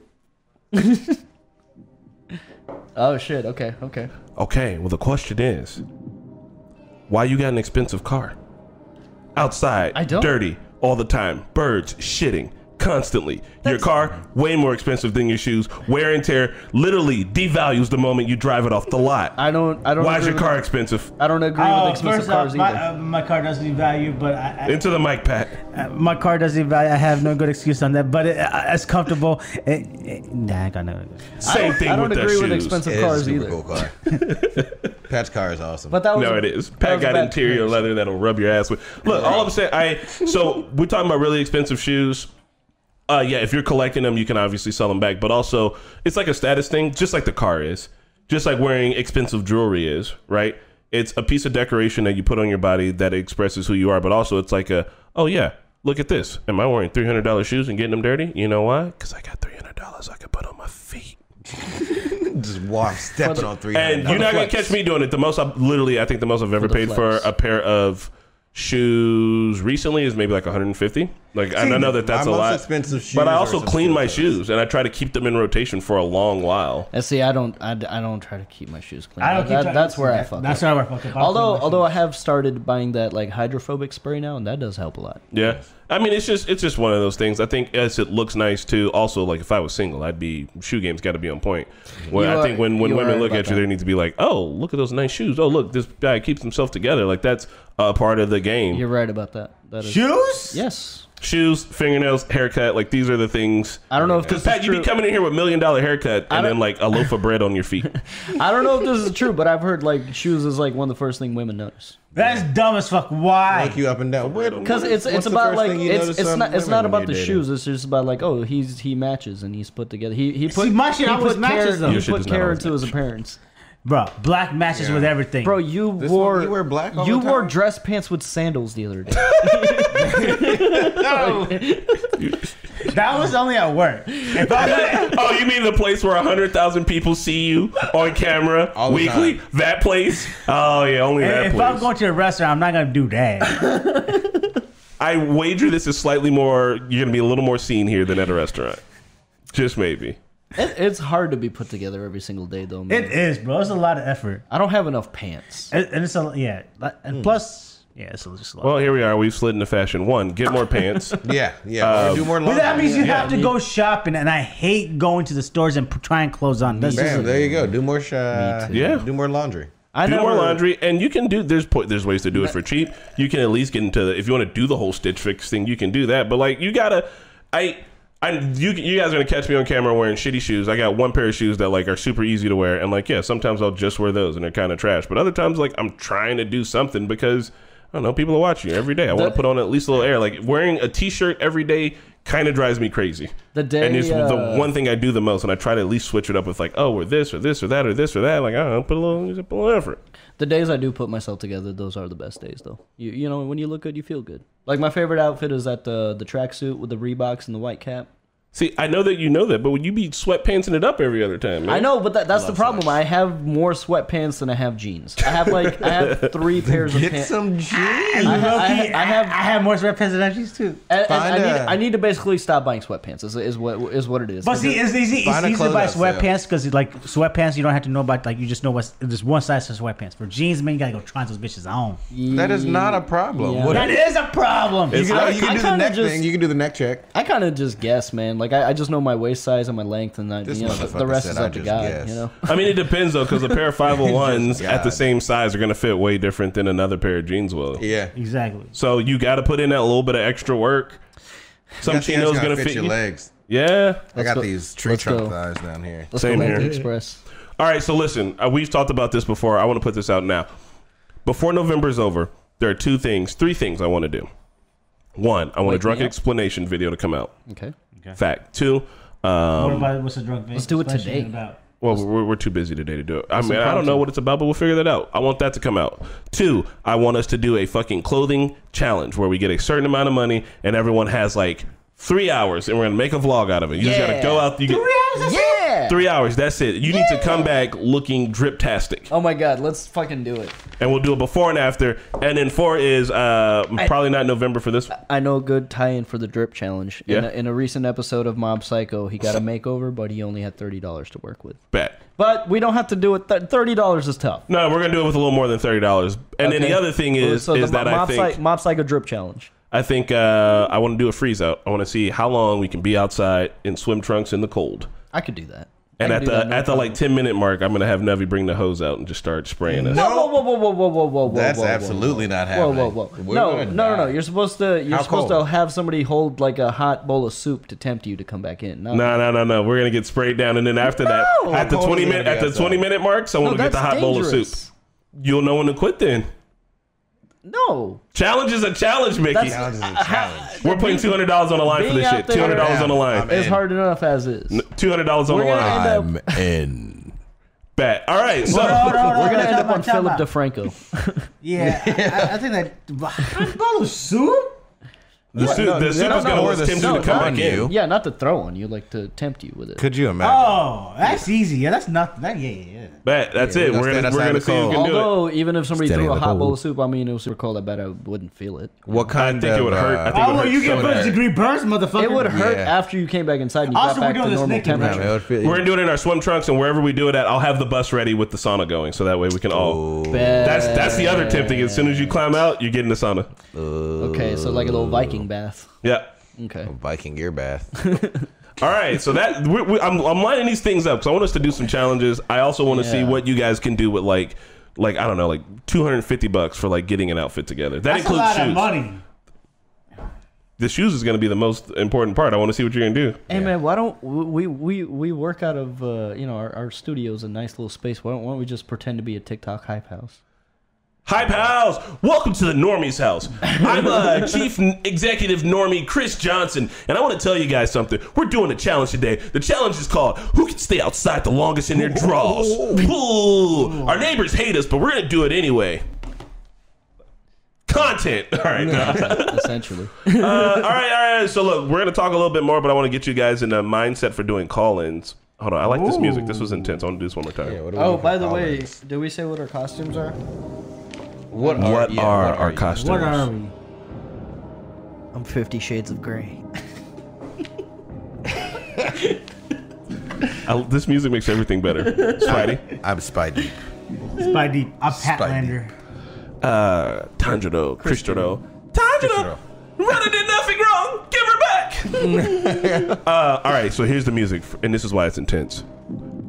S2: oh shit. Okay. Okay.
S1: Okay, well the question is, why you got an expensive car? Outside,
S2: I don't.
S1: dirty all the time, birds shitting constantly. your car way more expensive than your shoes. Wear and tear literally devalues the moment you drive it off the lot.
S2: I don't. I don't.
S1: Why is
S2: agree
S1: your
S2: with-
S1: car expensive?
S2: I don't agree
S4: Oh,
S2: with expensive
S4: first off,
S2: cars
S4: my,
S2: either.
S4: uh, my car doesn't devalue, but I, I,
S1: Into the mic, Pat.
S4: Uh, my car doesn't value. I have no good excuse on that, but it, uh, it's comfortable. It, it, nah, I got no.
S1: Same thing
S2: I don't
S1: with the
S2: agree
S1: shoes.
S2: with expensive
S3: It is a
S2: cars
S3: super
S2: either.
S3: cool car. Pat's car is awesome.
S2: But that was
S1: No,
S2: a-
S1: it is.
S2: that
S1: Pat
S2: was a
S1: got
S2: bad
S1: interior
S2: comparison.
S1: leather that'll rub your ass with. Look, all I'm saying, I so we're talking about really expensive shoes. Uh, yeah, if you're collecting them, you can obviously sell them back, but also it's like a status thing, just like the car is, just like wearing expensive jewelry is, right? It's a piece of decoration that you put on your body that expresses who you are, but also it's like a, oh yeah, look at this. Am I wearing three hundred dollars shoes and getting them dirty? You know why? Because I got three hundred dollars I could put on my feet.
S3: just walk, stepping on three.
S1: And you're not gonna catch me doing it. The most I've literally, I think the most I've ever
S2: the
S1: paid
S2: flex.
S1: for a pair of shoes recently is maybe like 150. Like and I know that that's
S3: my
S1: a
S3: most
S1: lot.
S3: expensive shoes
S1: but I
S3: are
S1: also
S3: some
S1: clean my
S3: sneakers.
S1: shoes and I try to keep them in rotation for a long while.
S2: And see, I don't, I, d- I don't try to keep my shoes clean.
S4: I don't keep
S2: That-
S4: track-
S2: that's where I fuck
S4: That's
S2: up.
S4: where I fuck up. I don't
S2: although,
S4: clean my
S2: although I
S4: shoes.
S2: have started buying that like hydrophobic spray now, and that does help a lot.
S1: Yeah. I mean, it's just it's just one of those things. I think as it looks nice too. Also, like if I was single, I'd be shoe game's got to be on point. Well,
S2: You
S1: I think
S2: are-
S1: when when
S2: you
S1: women
S2: are
S1: look
S2: about
S1: at you,
S2: that.
S1: they need to be like, oh, look at those nice shoes. Oh, look, this guy keeps himself together. Like that's a part of the game.
S2: You're right about that. That is
S4: shoes.
S2: yes.
S1: shoes, fingernails, haircut. Like these are the things.
S2: I don't know if
S1: Because
S2: this is
S1: Pat, you
S2: true.
S1: be coming in here with million dollar haircut and
S2: don't-
S1: then like a loaf of bread on your feet.
S2: I don't know if this is true, but I've heard like shoes is like one of the first thing women notice.
S4: That's dumb as fuck. Why?
S3: Take you up and down. Where-
S2: Because it's
S3: what's
S2: it's
S3: the
S2: about
S3: first
S2: like
S3: thing you
S2: it's
S3: notice
S2: it's
S3: on
S2: not it's
S3: women
S2: not
S3: when
S2: about the
S3: you're dating?
S2: shoes. It's just about like oh he's he matches and he's put together. He he put
S4: See, my shit
S2: he
S4: always
S2: put
S4: matches,
S2: care,
S4: though.
S2: he
S1: Your shit
S2: put
S1: does not
S2: care
S1: always
S2: into his appearance.
S4: Bro, black matches with everything.
S2: Bro, you
S3: This one-
S2: wore
S3: you wear black all
S2: you
S3: the
S2: wore
S3: time?
S2: dress pants with sandals the other day.
S4: that was only at work. If I
S1: oh, you mean the place where hundred thousand people see you on camera
S3: All the
S1: weekly?
S3: time.
S1: That place? Oh yeah, only that
S4: if
S1: place.
S4: I'm going to a restaurant, I'm not gonna do that.
S1: I wager this is slightly more. You're gonna be a little more seen here than at a restaurant. Just maybe.
S2: It, it's hard to be put together every single day though. Man.
S4: It is, bro. It's a lot of effort,
S2: I don't have enough pants.
S4: and and it's a yeah. like- And plus, yeah, it's just a lot.
S1: Well, here we are. We've slid into fashion. One, get more pants.
S3: Yeah,
S1: Uh,
S3: yeah. Or do more
S4: but that
S3: laundry.
S4: means you
S3: Yeah.
S4: have to go shopping, and I hate going to the stores and p- trying clothes on. That's just
S3: Bam, there you go. Do more sh-
S2: too.
S1: Yeah.
S3: Do more laundry.
S2: I
S1: do
S2: never,
S1: more laundry, and you can do. There's po- there's ways to do it for cheap. You can at least get into the if you want to do the whole Stitch Fix thing, you can do that. But like you gotta, I. I, you, you guys are gonna catch me on camera wearing shitty shoes. I got one pair of shoes that like are super easy to wear, and like yeah, sometimes I'll just wear those, and they're kind of trash. But other times, like I'm trying to do something because I don't know, people are watching you every day. I want to put on at least a little air. Like wearing a t-shirt every day kind of drives me crazy.
S2: The day,
S1: and it's the
S2: uh,
S1: one thing I do the most, and I try to at least switch it up with like oh, or this or this or that or this or that. Like I don't know, put a little, just put a little effort.
S2: The days I do put myself together, those are the best days though. You you know when you look good, you feel good. Like my favorite outfit is that uh, the the tracksuit with the Reeboks and the white cap.
S1: See, I know that you know that, but would you be sweatpantsing it up every other time? Man?
S2: I know, but that, that's the problem. I have more sweatpants than I have jeans. I have like I have three pairs of
S3: Get
S2: pants.
S3: some jeans.
S4: And
S2: I ha-
S4: low
S2: I
S4: key,
S2: ha-
S4: I,
S2: I have-
S4: I have more sweatpants than I used to.
S2: And, and I,
S3: Find
S2: need,
S3: a-
S2: I need to basically stop buying sweatpants. Is, is what is what it is.
S4: But see, it's easy. It's
S3: Find a
S4: easy to buy
S3: closeout sale.
S4: sweatpants because, like, sweatpants you don't have to know about. Like, you just know what's there's one size for sweatpants. For jeans, man, you gotta go try those bitches on.
S3: That is not a problem.
S2: Yeah.
S3: What-
S4: That is a problem.
S3: you can,
S2: I-
S3: you can
S2: I
S3: do the
S2: kinda
S3: neck
S2: just-
S3: thing. You can do the neck check.
S2: I kind of just guess, man. Like I, I just know my waist size and my length, and I,
S3: This
S2: you know, the
S3: motherfucker
S2: rest
S3: said
S2: is
S3: I
S2: up to
S3: just
S2: God.
S3: guess.
S2: You know,
S1: I mean, it depends though, because a pair of 501s at the
S3: God.
S1: same size are going to fit way different than another pair of jeans will.
S3: Yeah.
S4: Exactly.
S1: So you got to put in that little bit of extra work. Some
S3: Got the
S1: chinos
S3: hands
S1: going to
S3: fit,
S1: fit
S3: your
S1: you.
S3: legs.
S1: Yeah.
S3: I got
S2: go-
S3: these tree
S2: let's
S3: trunk
S2: go.
S3: thighs down here.
S2: let's
S1: Same
S2: go
S1: here.
S2: Lactic Express.
S1: All right. So listen, uh, we've talked about this before. I want to put this out now. Before November's over, there are two things, three things I want to do. One, I want a
S2: Wake me
S1: drunken
S2: up.
S1: explanation video to come out.
S2: Okay.
S1: Fact. Two,
S4: What
S1: um,
S4: about what's the drunk Let's
S2: do it today.
S4: About?
S1: Well, we're, we're too busy today to do it. I mean, I don't know what it's about, but we'll figure that out. I want that to come out. Two, I want us to do a fucking clothing challenge where we get a certain amount of money and everyone has like three hours and we're gonna make a vlog out of it. You just gotta
S2: Yeah.
S1: go out. You get,
S2: Yeah.
S1: three hours. That's it. You need to come back looking driptastic,
S2: Oh my God, let's fucking do it.
S1: and we'll do a before and after. And then four is uh, probably not November for this. one.
S2: I know a good tie-in for the drip challenge. In,
S1: Yeah.
S2: a, in a recent episode of Mob Psycho, he got a makeover, but he only had thirty dollars to work with.
S1: Bet.
S2: But we don't have to do it. Th- thirty dollars is tough.
S1: No, we're gonna do it with a little more than thirty dollars. And then the
S2: Okay.
S1: other thing
S2: Well,
S1: is
S2: so the
S1: is that
S2: Mo-
S1: I
S2: Mob,
S1: think
S2: Psy- Mob Psycho drip challenge.
S1: I think uh, I want to do a freeze out. I want to see how long we can be outside in swim trunks in the cold.
S2: I could do that.
S1: And
S2: I
S1: at
S2: could do
S1: the
S2: that, no
S1: at the
S2: problem.
S1: like ten minute mark, I'm gonna have Nevi bring the hose out and just start spraying us.
S2: Whoa, whoa, whoa, whoa, whoa, whoa, whoa, whoa,
S3: That's
S2: whoa, whoa,
S3: absolutely not
S2: Whoa,
S3: happening.
S2: whoa, whoa!
S3: We're
S2: No, no,
S3: gonna
S2: no, no!
S3: die.
S2: You're supposed to you're
S3: How
S2: supposed
S3: cold?
S2: to have somebody hold like a hot bowl of soup to tempt you to come back in. No,
S1: No, no, no, no. We're gonna get sprayed down, and then after
S2: No!
S1: that, at the
S3: How cold
S1: twenty
S3: is it
S1: minute
S3: gonna
S1: at
S3: be
S1: the
S3: outside?
S1: twenty minute mark, someone will
S2: no,
S3: Oh,
S1: get
S2: that's
S1: the hot bowl of soup.
S2: dangerous.
S1: You'll know when to quit. Then
S2: No,
S1: challenge is a challenge, Mickey.
S3: Challenge is a challenge.
S1: We're putting two hundred dollars on the line for
S2: Being
S1: this
S2: out
S1: shit.
S2: there-
S1: Two hundred dollars on the line.
S3: I'm
S2: it's
S3: in.
S2: hard enough as is.
S1: Two hundred dollars on the
S2: We're gonna
S1: line.
S2: end up
S3: in.
S1: Bet. All right.
S4: Hold
S1: So
S4: on, hold on,
S2: we're gonna
S4: hold
S2: end
S4: time
S2: up on
S4: out, time
S2: Philip
S4: out.
S2: DeFranco.
S4: Yeah, I, I- I think that hot bowl of soup.
S1: The, su-
S3: no,
S1: the
S3: no,
S1: Super's
S3: no,
S1: gonna
S3: no,
S1: want
S3: the
S1: Tim
S3: Super
S1: to come
S3: on
S1: back in.
S3: you.
S2: Yeah, not to throw on you, like to tempt you with it.
S3: Could you imagine?
S4: Oh, that's easy. Yeah, that's not that. Yeah, yeah. yeah.
S1: But that's
S3: Yeah,
S1: it.
S3: we're
S1: We're gonna,
S3: gonna stand
S1: we're gonna
S3: outside
S1: see who
S3: the
S1: can do it.
S2: Although, even if somebody
S3: Steady
S2: threw a
S3: the
S2: hot bowl
S3: cold.
S2: of soup on me and it was super cold, I bet I wouldn't feel it.
S3: What kind
S1: think
S3: of?
S1: it would hurt. I
S3: uh,
S1: think
S4: Oh, well, you get
S3: would
S4: first
S3: hurt.
S4: degree burns, motherfucker.
S2: It would hurt
S3: Yeah.
S2: after you came back inside and you
S4: Also,
S2: got back
S4: we're
S2: to
S4: doing this
S2: normal
S4: naked, right?
S3: Nah,
S2: temperature.
S3: man, it would feel-
S1: We're gonna do it in our swim trunks, and wherever we do it at, I'll have the bus ready with the sauna going, so that way we can all. That's that's the other tip thing. As soon as you climb out, you get in the sauna.
S2: Okay, so like a little Viking bath.
S1: Yeah.
S2: Okay.
S3: Viking gear bath.
S1: All right, so that we, we, I'm, I'm lining these things up. So I want us to do some challenges. I also want to see
S2: Yeah.
S1: what you guys can do with like, like I don't know, like 250 bucks for like getting an outfit together. That
S4: That's a
S1: includes
S4: lot
S1: shoes.
S4: of money.
S1: The shoes is going to be the most important part. I want to see what you're going to do.
S2: Hey man, why don't we we we work out of uh, you know our, our studio's a nice little space? Why don't, why don't we just pretend to be a TikTok hype house?
S1: Hi pals, welcome to the Normies house. I'm uh, Chief Executive Normie Chris Johnson, and I want to tell you guys something. We're doing a challenge today. The challenge is called "Who Can Stay Outside the Longest in Their Draws." Ooh, our neighbors hate us, but we're gonna do it anyway. Content. All right.
S2: Essentially,
S1: Uh, all right, all right. So look, we're gonna talk a little bit more, but I want to get you guys in a mindset for doing call-ins. Hold on, I like this music. This was intense. I want to do this one more time.
S3: Yeah, what do we
S2: Oh,
S3: do for
S2: by the way,
S3: Collins?
S2: did we say what our costumes are?
S3: what are,
S1: What
S3: yeah,
S1: are
S3: what
S1: our
S3: you?
S1: costumes?
S4: What are we?
S2: I'm Fifty Shades of Grey.
S1: I- this music makes everything better. Spidey.
S3: I'm Spidey.
S4: Spy Deep. I'm
S3: Spy Deep.
S4: Patlander.
S1: uh, Tanjiro, Christoro, Tanjiro,
S3: Christoro.
S1: Runner did nothing wrong. Give her back. uh, all right, so here's the music, and this is why it's intense.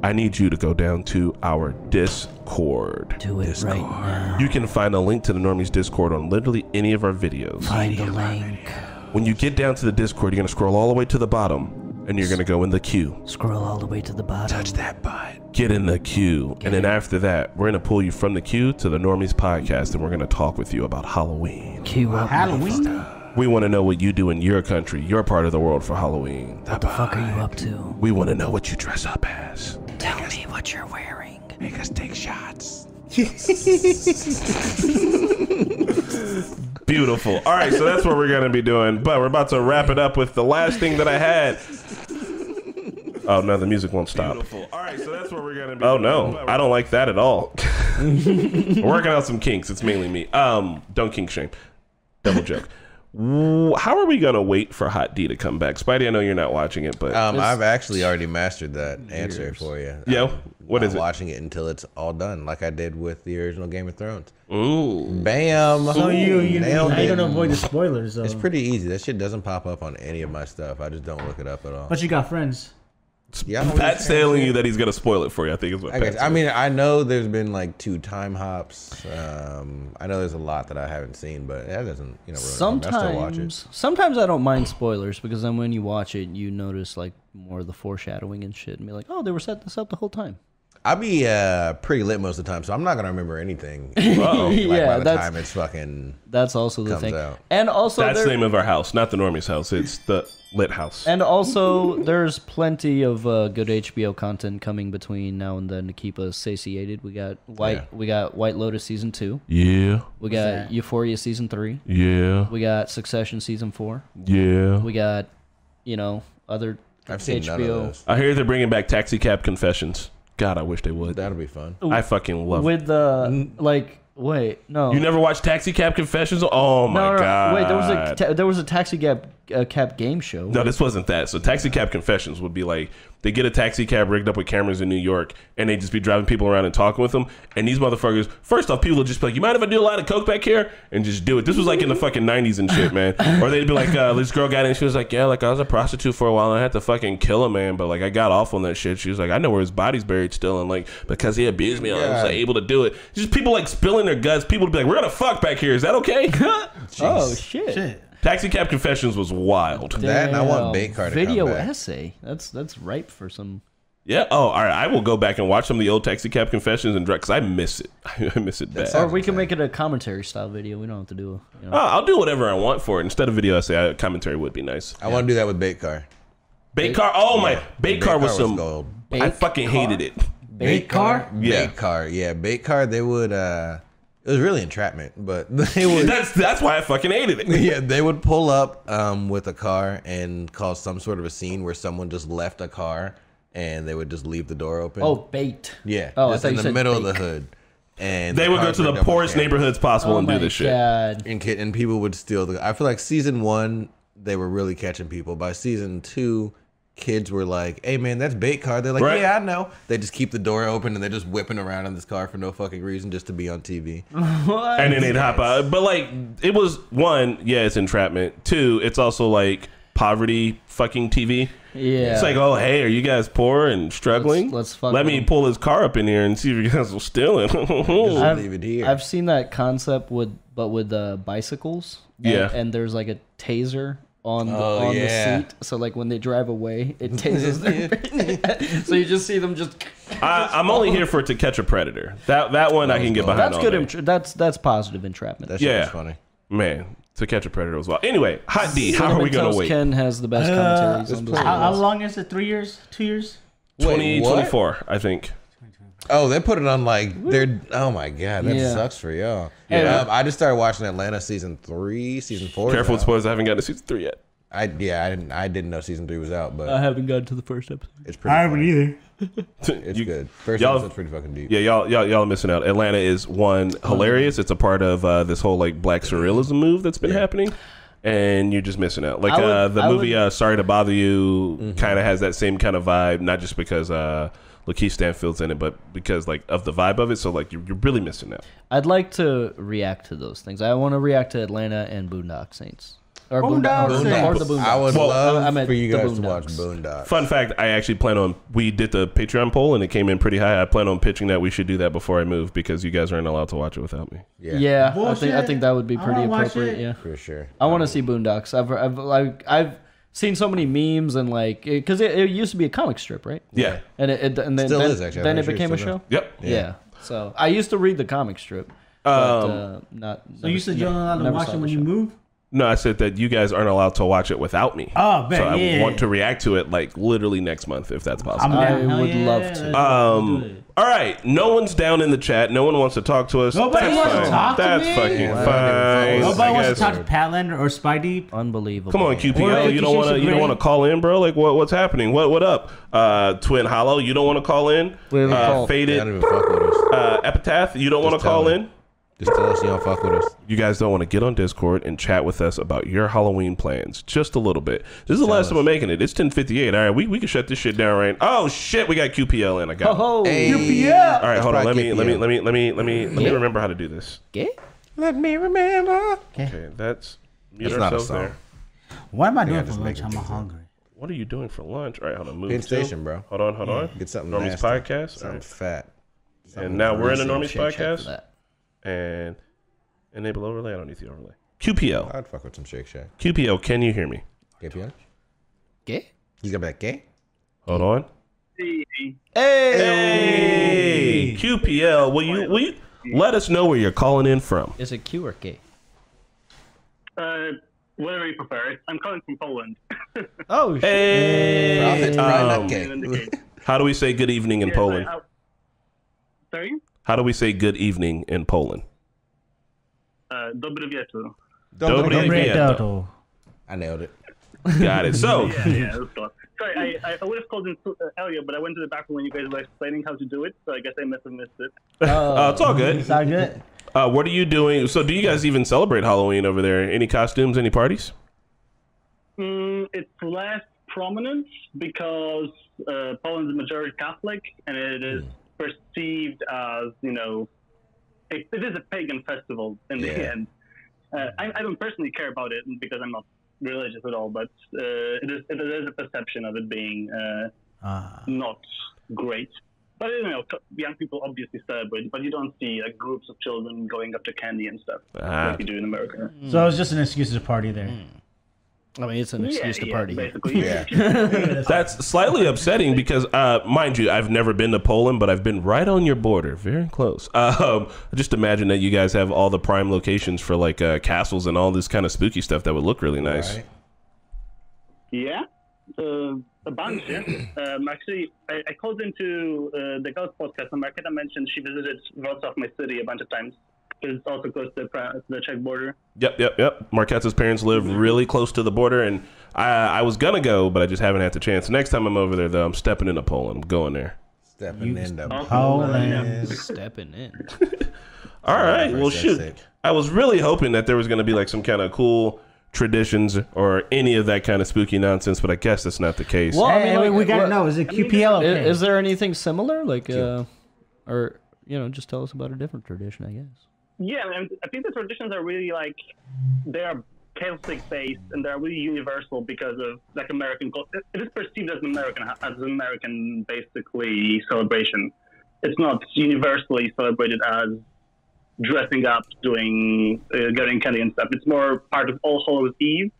S1: I need you to go down to our Discord.
S2: Do it right now.
S1: You can find a link to the Normies Discord on literally any of our videos.
S2: Find the link.
S1: When you get down to the Discord, you're gonna scroll all the way to the bottom, and you're gonna go in the queue.
S2: Scroll all the way to the bottom.
S1: Touch that butt. Get in the queue, and then after that, we're gonna pull you from the queue to the Normies podcast, and we're gonna talk with you about Halloween.
S2: Queue up.
S4: Halloween.
S1: We want to know what you do in your country, your part of the world for Halloween.
S2: What the fuck are you up to?
S1: We want to know what you dress up as.
S2: Tell me what you're wearing.
S1: Make us take shots. Beautiful. All right, so that's what we're going to be doing. But we're about to wrap it up with the last thing that I had. Oh, no, the music won't stop. Beautiful. All right, so that's what we're going to be Oh, no. I don't like that at all. we're working out some kinks. It's mainly me. Um, Don't kink shame. Double joke. Wh- How are we going to wait for Hot D to come back? Spidey, I know you're not watching it, but.
S3: Um, I've actually already mastered that answer for you.
S1: Yo,
S3: I'm
S1: what
S3: not
S1: is it?
S3: Watching it until it's all done, like I did with the original Game of Thrones.
S1: Ooh.
S3: Bam!
S4: So Oh, you you,
S3: nailed
S4: now you
S3: it.
S4: don't avoid the spoilers though.
S3: It's pretty easy. That shit doesn't pop up on any of my stuff. I just don't look it up at all.
S4: but you got friends.
S3: yeah, I don't
S1: Pat's
S3: really-
S1: telling you that he's gonna spoil it for you. I think is what
S3: I,
S1: Pat's
S3: guess, I mean, I know there's been like two time hops. Um, I know there's a lot that I haven't seen, but that doesn't, you know, ruin it. I still watch it.
S2: Sometimes, sometimes I don't mind spoilers because then when you watch it, you notice like more of the foreshadowing and shit, and be like, "Oh, they were setting this up the whole time."
S3: I be uh, pretty lit most of the time, so I'm not gonna remember anything.
S1: Uh-oh.
S3: Like,
S2: yeah,
S3: by the
S2: that's
S3: time it's fucking.
S2: that's also the
S3: comes
S2: thing.
S3: out.
S2: And also,
S1: That's
S2: Oh, there,
S1: the
S2: Eh.
S1: name of our house, not the Normie's house. It's the lit house.
S2: and also, there's plenty of uh, good HBO content coming between now and then to keep us satiated. We got White,
S3: Yeah.
S2: we got White Lotus season two,
S1: Yeah,
S2: we got Euphoria season three,
S1: yeah,
S2: we got Succession season four,
S1: yeah.
S2: we got you know other
S3: I've seen
S2: HBO.
S3: none of those.
S1: I hear they're bringing back Taxi Cab Confessions. God, I wish they would.
S3: That'll be fun.
S1: I fucking love. it.
S2: with the like wait no
S1: You never watched Taxi Cab Confessions? Oh my
S2: no, no,
S1: god!
S2: no. wait there was a ta- there was a taxi cab uh, cab game show
S1: No, this wasn't that. So taxi cab confessions would be like they get a taxi cab rigged up with cameras in New York, and they just be driving people around and talking with them. And these motherfuckers, first off, people would just be like, "You mind if I do a lot of coke back here?" and just do it. This was like in the fucking nineties and shit, man. Or they'd be like, uh, "This girl got in, she was like, yeah, like I was a prostitute for a while, and I had to fucking kill a man, but like I got off on that shit." She was like, "I know where his body's buried still, and like because he abused me, I was like, able to do it." Just people like spilling their guts. People would be like, "We're gonna fuck back here. Is that okay?"
S2: oh shit,
S4: Shit.
S1: taxi cab confessions was wild.
S3: That and I
S2: Damn.
S3: want Bankcard to
S2: video
S3: come back.
S2: essay that's that's ripe for some
S1: Yeah. Oh, all right. I will go back and watch some of the old Taxi Cab Confessions and direct because I miss it. I miss it bad.
S3: sounds-
S2: or we can make it a commentary style video we don't have to do a, you
S1: Oh,
S2: know.
S1: I'll do whatever I want for it. Instead of video essay, I, commentary would be nice.
S3: I want to do that with Bait Car.
S1: Bait car. Oh my, bait car was some.
S3: gold.
S1: I fucking hated it.
S2: Bait
S4: Car?
S3: Bait
S1: Yeah.
S3: Car, yeah, Bait Car. They would. uh It It was really entrapment, but they would.
S1: That's that's why I fucking hated it.
S3: Yeah, they would pull up um, with a car and cause some sort of a scene where someone just left a car and they would just leave the door open.
S2: Oh, bait.
S3: yeah,
S2: Oh, I
S3: just
S2: thought
S3: in
S2: you
S3: the
S2: said
S3: middle of
S2: fake.
S3: the hood, and
S1: They
S3: the
S1: would go
S3: cars
S1: to
S3: were
S1: the
S3: double
S1: poorest
S3: cam-
S1: neighborhoods possible and do this shit.
S2: Oh God.
S3: and kid and people would steal the. I feel like season one they were really catching people. By season two, kids were like, "Hey man, that's bait car." They're like,
S1: Right.
S3: "Yeah, I know." They just keep the door open and they're just whipping around in this car for no fucking reason, just to be on TV.
S1: and then they'd hop out. But like, it was one, yeah, it's entrapment. Two, it's also like poverty fucking TV.
S2: Yeah.
S1: It's like, oh hey, are you guys poor and struggling?
S2: Let's- let's fuck
S1: Let me
S2: them.
S1: pull his car up in here and see if you guys will steal it.
S3: Just
S2: I've-
S3: leave it here.
S2: I've seen that concept with, but with uh, bicycles. And,
S1: Yeah.
S2: And there's like a taser on the,
S3: Oh,
S2: on
S3: yeah.
S2: the seat. So like when they drive away, it tases them. so you just see them just.
S1: I, I'm only here for it to catch a predator. That that one I can get behind.
S2: That's
S1: all
S2: good.
S1: day.
S2: Entra- that's that's positive entrapment.
S3: that shit
S1: yeah.
S3: was funny.
S1: Man, to catch a predator as well. Anyway, hot D, how are we gonna
S2: Cinnamon Toast
S1: wait?
S2: Ken has the
S3: Uh,
S2: best commentaries on this.
S4: How, how
S2: podcast.
S4: long is it? Three years? Two years?
S3: Wait,
S1: Twenty
S3: what?
S1: twenty four, I think.
S3: Oh, they put it on like they're. Oh my god, that
S2: Yeah.
S3: sucks for y'all.
S1: Yeah.
S3: Um, I just started watching Atlanta season three, season four. is
S1: uh, Careful with
S3: out.
S1: spoilers. I haven't gotten to season three yet.
S3: I yeah, I didn't. I didn't know season three was out, but
S2: I haven't gotten to the first episode.
S3: it's pretty. funny.
S4: either.
S3: It's
S1: You-
S3: good. First
S1: y'all-
S3: episode's pretty fucking deep.
S1: Yeah, y'all, y'all, y'all are missing out. Atlanta is one
S2: Oh.
S1: hilarious. It's a part of uh, this whole like black surrealism move that's been happening, and you're just missing out. Like
S2: I would-
S1: uh, the
S2: I
S1: movie
S2: would- Mm-hmm.
S1: uh, "Sorry to Bother You" kind of has that same kind of vibe, not just because uh, Lakeith Stanfield's in it, but because like of the vibe of it. So like you're, you're really missing out.
S2: I'd like to react to those things. I want to react to Atlanta and Boondock Saints. Or Boondock,
S4: Boondock
S2: or,
S4: Saints.
S2: or the Boondocks.
S3: I would
S1: Well,
S3: love
S2: I- I meant
S3: for you
S2: the
S3: guys to watch
S2: Boondocks.
S3: Boondocks.
S1: Fun fact: I actually plan on we did the Patreon poll and it came in pretty high. I plan on pitching that we should do that before I move because you guys aren't allowed to watch it without me.
S3: Yeah,
S2: yeah, I think I
S4: Bullshit.
S2: think that would be
S4: I
S2: pretty
S4: wanna watch
S2: appropriate.
S4: it.
S2: Yeah.
S3: for sure.
S2: I want to see Boondocks. I've I've like I've seen so many memes and like because it, it used to be a comic strip, right?
S1: Yeah.
S2: And it, it and then
S3: Still
S2: then,
S3: is, actually.
S2: then
S3: I'm pretty
S2: it
S3: sure it
S2: became a
S3: still
S2: show.
S3: is.
S1: Yep.
S2: Yeah. So I used to read the comic strip, but uh, not.
S4: So you said you're not allowed to watch it when you move?
S1: No, I said that you guys aren't allowed to watch it without me.
S4: Oh, man,
S1: so I
S4: yeah.
S1: want to react to it like literally next month if that's possible.
S2: I
S4: down. Hell
S2: would love
S4: let's
S2: to.
S4: do
S1: um,
S4: it.
S1: all right, no one's down in the chat. No one wants to talk to us.
S4: Nobody
S1: that's
S4: wants to
S1: fine.
S4: talk to
S1: That's
S4: me?
S1: fucking
S3: Wow.
S1: fine.
S4: Nobody
S1: I
S4: wants to
S1: guess-
S4: talk to Patlander or Spidey.
S2: Unbelievable.
S1: Come on,
S4: Or
S1: QPL.
S4: if
S1: You
S4: you
S1: don't
S4: shoot
S1: want to.
S4: some
S1: You don't
S4: green-
S1: want to call in, bro. Like what? What's happening? What? What up? Uh, Twin Hollow. You don't want to call in.
S2: We have a
S1: Uh,
S2: call.
S3: They don't
S1: Faded.
S3: even fuck with us.
S1: Uh, Epitaph. You don't want to
S3: Just tell
S1: call
S3: me.
S1: in.
S3: Just tell us you don't fuck with us.
S1: you guys don't want to get on Discord and chat with us about your Halloween plans just a little bit. This is the last time we're making it. It's 10:58. All right, we, we can shut this shit down right. Oh shit, we got QPL in. I got. it. All
S2: Oh,
S3: Hey.
S1: right,
S3: It's
S1: hold on. Let
S3: probably
S1: me, let me let me
S3: KPL.
S1: let me let me let me remember how to do this.
S2: gay?
S3: Let me remember.
S1: Okay, that's mute
S3: That's not a
S1: ourselves
S3: song.
S1: there.
S4: What am I doing for
S3: just
S4: lunch?
S3: make
S4: I'm
S3: it
S4: hungry.
S1: What are you doing for lunch? All right, hold on. Move
S3: Penn
S1: to-
S3: Station, bro.
S1: Hold on, hold on.
S3: Get something.
S1: Normies
S3: nasty.
S1: podcast. All
S3: Something
S1: right.
S3: fat.
S1: And now we're in the
S3: greasy.
S1: Normies podcast and enable overlay. I don't need the overlay. QPL.
S3: I'd fuck with some Shake Shack.
S1: QPL. Can you hear me?
S3: KPL.
S2: Gay?
S3: He's got that gay.
S1: Hold on.
S2: Hey.
S1: Hey, QPL, will you will you let us know where you're calling in from?
S2: Is it Q or gay?
S6: Uh, whatever you prefer. I'm calling from Poland.
S2: Oh, shit.
S1: Hey,
S3: Profit's probably
S1: um,
S3: not gay.
S1: how do we say good evening in Poland?
S6: I- I- sorry?
S1: How do we say good evening in Poland?
S6: Uh, dobry wieczór.
S3: Don't
S1: Dobry-
S3: look at me.
S1: Dobry-
S4: Red
S1: yeah, though.
S4: Dodo.
S3: I nailed it.
S1: Got it. So,
S6: Yeah, yeah, that's cool. Sorry, I, I, I would have called in so- uh, earlier, but I went to the bathroom when you guys were explaining how to do it, so I guess I must have missed it.
S1: uh, it's all good.
S4: Sound good?
S1: Uh, what are you doing? So, do you guys even celebrate Halloween over there? Any costumes? Any parties?
S6: Mm, it's less prominent because uh, Poland's majority Catholic, and it is
S3: Hmm.
S6: perceived as you know, it, it is a pagan festival in the
S3: Yeah.
S6: end. Uh, I, I don't personally care about it because I'm not religious at all, but uh, it is it is a perception of it being uh,
S4: Ah.
S6: not great. But you know, c- young people obviously celebrate, but you don't see like groups of children going up to candy and stuff
S1: Ah.
S6: like you do in America.
S4: So it's just an excuse to party there.
S1: Hmm.
S2: I mean, it's an excuse to
S6: yeah,
S2: party.
S6: basically.
S3: Yeah.
S1: That's slightly upsetting because, uh, mind you, I've never been to Poland, but I've been right on your border, very close. Um, just imagine that you guys have all the prime locations for like uh, castles and all this kind of spooky stuff that would look really nice.
S3: Right?
S6: Yeah, uh, a bunch. Yeah. Um, actually, I, I called into uh, the girls' podcast, and Marketa mentioned she visited Wrocław, my city, a bunch of times. is also close to the, pra- to the Czech border.
S1: Yep, yep, yep. Marquette's parents live really close to the border, and I, I was gonna go, but I just haven't had the chance. Next time I'm over there, though, I'm stepping into Poland. I'm going there.
S3: Stepping in the
S6: Awesome.
S4: Poland.
S2: Stepping in.
S1: All right. Well,
S3: that's
S1: shoot.
S3: it.
S1: I was really hoping that there was gonna be like some kind of cool traditions or any of that kind of spooky nonsense, but I guess that's not the case.
S2: Well,
S4: Hey, we- we gotta
S2: what-
S4: know. Is it QPL
S2: i-
S4: okay?
S2: Is, there anything similar, like, uh, or you know, just tell us about a different tradition, I guess.
S6: Yeah, and I think the traditions are really like they are Celtic based and they're really universal because of like American culture. It is perceived as an American as an American basically celebration. It's not universally celebrated as dressing up, doing uh, getting candy and stuff. It's more part of All Hallows Eve,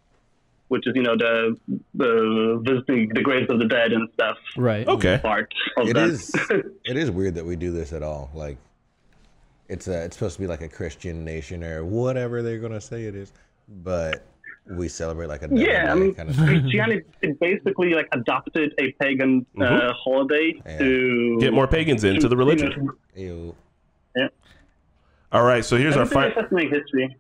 S6: which is you know the the visiting the graves of the dead and stuff
S2: Right.
S1: okay.
S6: part of
S3: It
S6: that.
S3: is. It is weird that we do this at all. Like, it's a, it's supposed to be like a Christian nation or whatever they're gonna say it is, but we celebrate like a devil
S6: Yeah, I
S3: day
S6: mean,
S3: kind of thing.
S6: Christianity basically like adopted a pagan uh,
S1: Mhm.
S6: holiday to
S1: Get more pagans into the religion.
S3: Ew.
S1: All right. So here's
S6: It's
S1: our
S6: our
S1: final.
S6: history.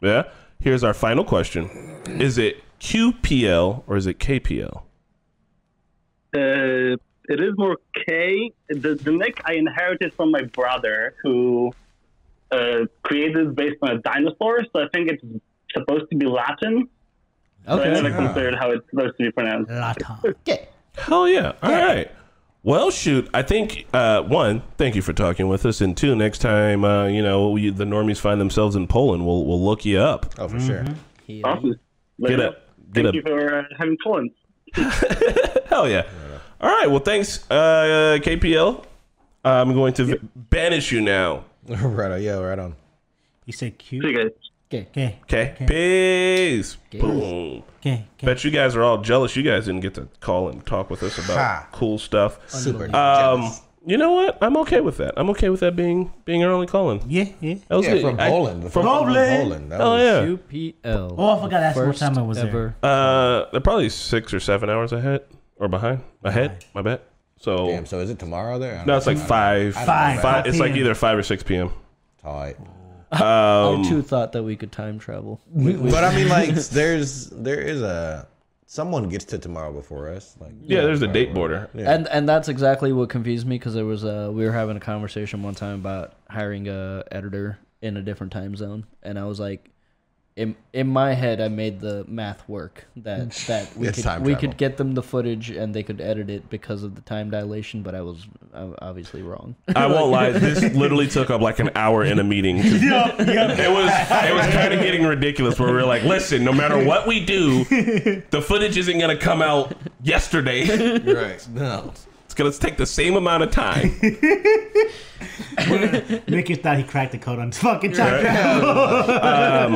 S1: Yeah. Here's our final question. Is it QPL or is it KPL?
S6: Uh, it is more K. The, the nick I inherited from my brother, who uh, created based on a dinosaur. So I think it's supposed to be Latin. But I
S2: Okay.
S6: never considered
S1: Ah.
S6: how it's supposed to be pronounced.
S4: Latin.
S1: Hell yeah. All right. Well, shoot. I think, uh, one, thank you for talking with us. And two, next time, uh, you know, you, the normies find themselves in Poland, we'll, we'll look you up.
S3: Oh, for sure.
S6: Awesome.
S1: Get up. Get
S6: Thank
S1: up.
S6: you for uh, having Colin.
S1: Hell yeah. All right. Well, thanks, uh, KPL. I'm going to v- banish you now.
S3: right on. Yeah, right on.
S4: You said
S6: See
S4: Q.
S6: you guys.
S4: Okay.
S1: Okay. Peace. Boom.
S4: Okay. okay.
S1: Bet you guys are all jealous. You guys didn't get to call and talk with us about
S3: Ha.
S1: cool stuff.
S3: Super.
S1: Um,
S3: jealous.
S1: you know what? I'm okay with that. I'm okay with that being being our only calling.
S4: Yeah. Yeah.
S1: That was
S3: yeah,
S1: good.
S3: from
S1: I-
S3: Poland. the
S1: from
S3: people from
S4: Poland.
S3: Poland. That
S1: Oh
S3: was-
S1: yeah.
S2: QPL.
S4: Oh, I forgot that's what
S2: First
S4: time I was there.
S2: ever.
S1: Uh, they're probably six or seven hours ahead or behind. Ahead, my bet. So
S3: Damn. So is it tomorrow there? I don't
S1: no, it's
S3: know.
S1: like five.
S4: Five.
S1: Five. It's like
S4: 5
S1: either five or six Um, p.m.
S3: Tight. Oh,
S1: Um,
S2: I too thought that we could time travel.
S3: But I mean, like, there's there is a someone gets to tomorrow before us. Like,
S1: Yeah, there's a date border.
S2: And and that's exactly what confused me because there was uh we were having a conversation one time about hiring a editor in a different time zone, and I was like, in in my head, I made the math work that that we
S3: It's
S2: could
S3: time
S2: we
S3: travel.
S2: could get them the footage and they could edit it because of the time dilation, but I was uh, obviously wrong.
S1: I won't lie. This literally took up like an hour in a meeting. It
S4: Yo, yo.
S1: was it was kind of getting ridiculous where we were like, listen, no matter what we do, the footage isn't gonna come out yesterday.
S3: right. No.
S1: It's gonna take the same amount of time.
S4: Mickey thought he cracked the code on fucking time.
S1: Um,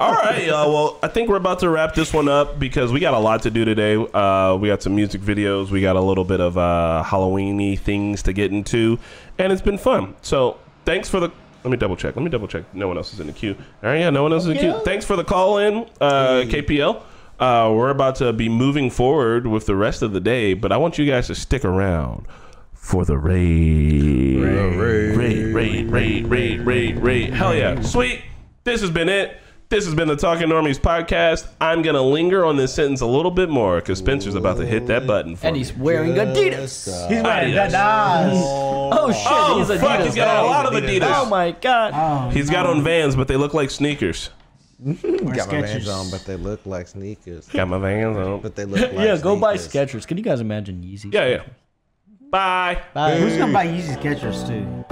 S1: All right, y'all. Well, I think we're about to wrap this one up because we got a lot to do today. Uh, we got some music videos. We got a little bit of uh, Halloweeny things to get into, and it's been fun. So thanks for the. Let me double check. Let me double check. No one else is in the queue. All right, yeah, no one else is in the queue. Thanks for the call in, uh, KPL. Uh, we're about to be moving forward with the rest of the day, but I want you guys to stick around for the raid. Raid, raid, raid, raid, raid, raid, raid. Hell yeah. Sweet. This has been it. This has been the Talking Normies podcast. I'm going to linger on this sentence a little bit more because Spencer's about to hit that button for
S2: and
S1: me.
S2: he's wearing Adidas.
S4: He's wearing
S1: Adios.
S4: Adidas.
S2: Oh shit,
S1: Oh,
S2: he's Adidas.
S1: fuck, he's got a
S2: now.
S1: lot of Adidas.
S2: Oh my god.
S1: he's got on Vans, but they look like sneakers.
S3: Got my hands
S4: Skechers.
S3: on, but they look like sneakers.
S1: Got my Vans on.
S3: But they look like
S2: yeah, go buy
S3: sneakers.
S2: Skechers. Can you guys imagine Yeezys?
S1: Yeah, yeah. Bye.
S2: Bye.
S4: Who's gonna buy Yeezy Skechers too?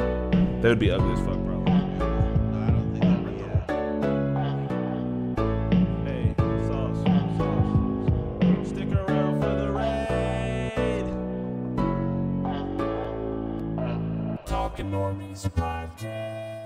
S1: They would be ugly as fuck, probably.
S3: I don't think that'd be it.
S1: Hey, sauce, sauce. Stick around for the raid. Talking Normies podcast.